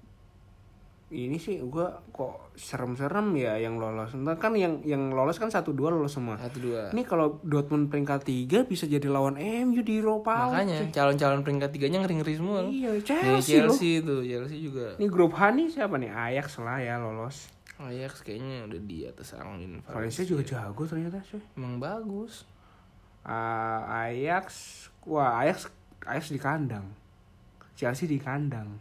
ini sih gua kok serem-serem ya yang lolos Ntar kan yang yang lolos kan satu dua lolos semua Satu dua. ini kalau Dortmund peringkat tiga bisa jadi lawan MU di Eropa Makanya calon-calon peringkat tiganya ngeri-ngeri semua. loh. iya Nih, Chelsea, loh Chelsea tuh, Chelsea juga. ini grup H nih siapa nih Ajax lah ya lolos Ajax kayaknya udah di atas angin. Valencia juga iya. jago ternyata cuy. Emang bagus. Ah, Ajax, wah Ajax, Ajax di kandang. Chelsea di kandang.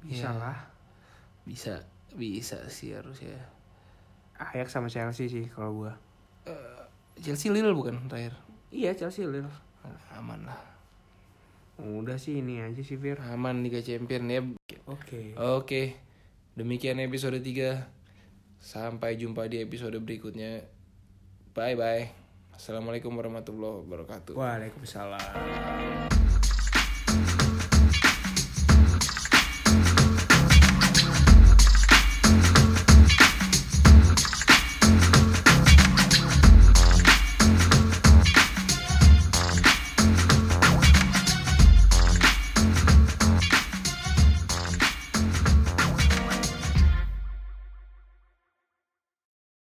Bisa Iya. lah. Bisa, bisa sih harusnya. Ajax sama Chelsea sih kalau gua. Eh, Chelsea Lille bukan terakhir. Iya Chelsea Lille. Aman lah. Udah sih ini aja sih Fir. Aman Liga Champion ya. Oke. Oke. Demikian episode 3. Sampai jumpa di episode berikutnya. Bye bye. Assalamualaikum warahmatullahi wabarakatuh. Waalaikumsalam.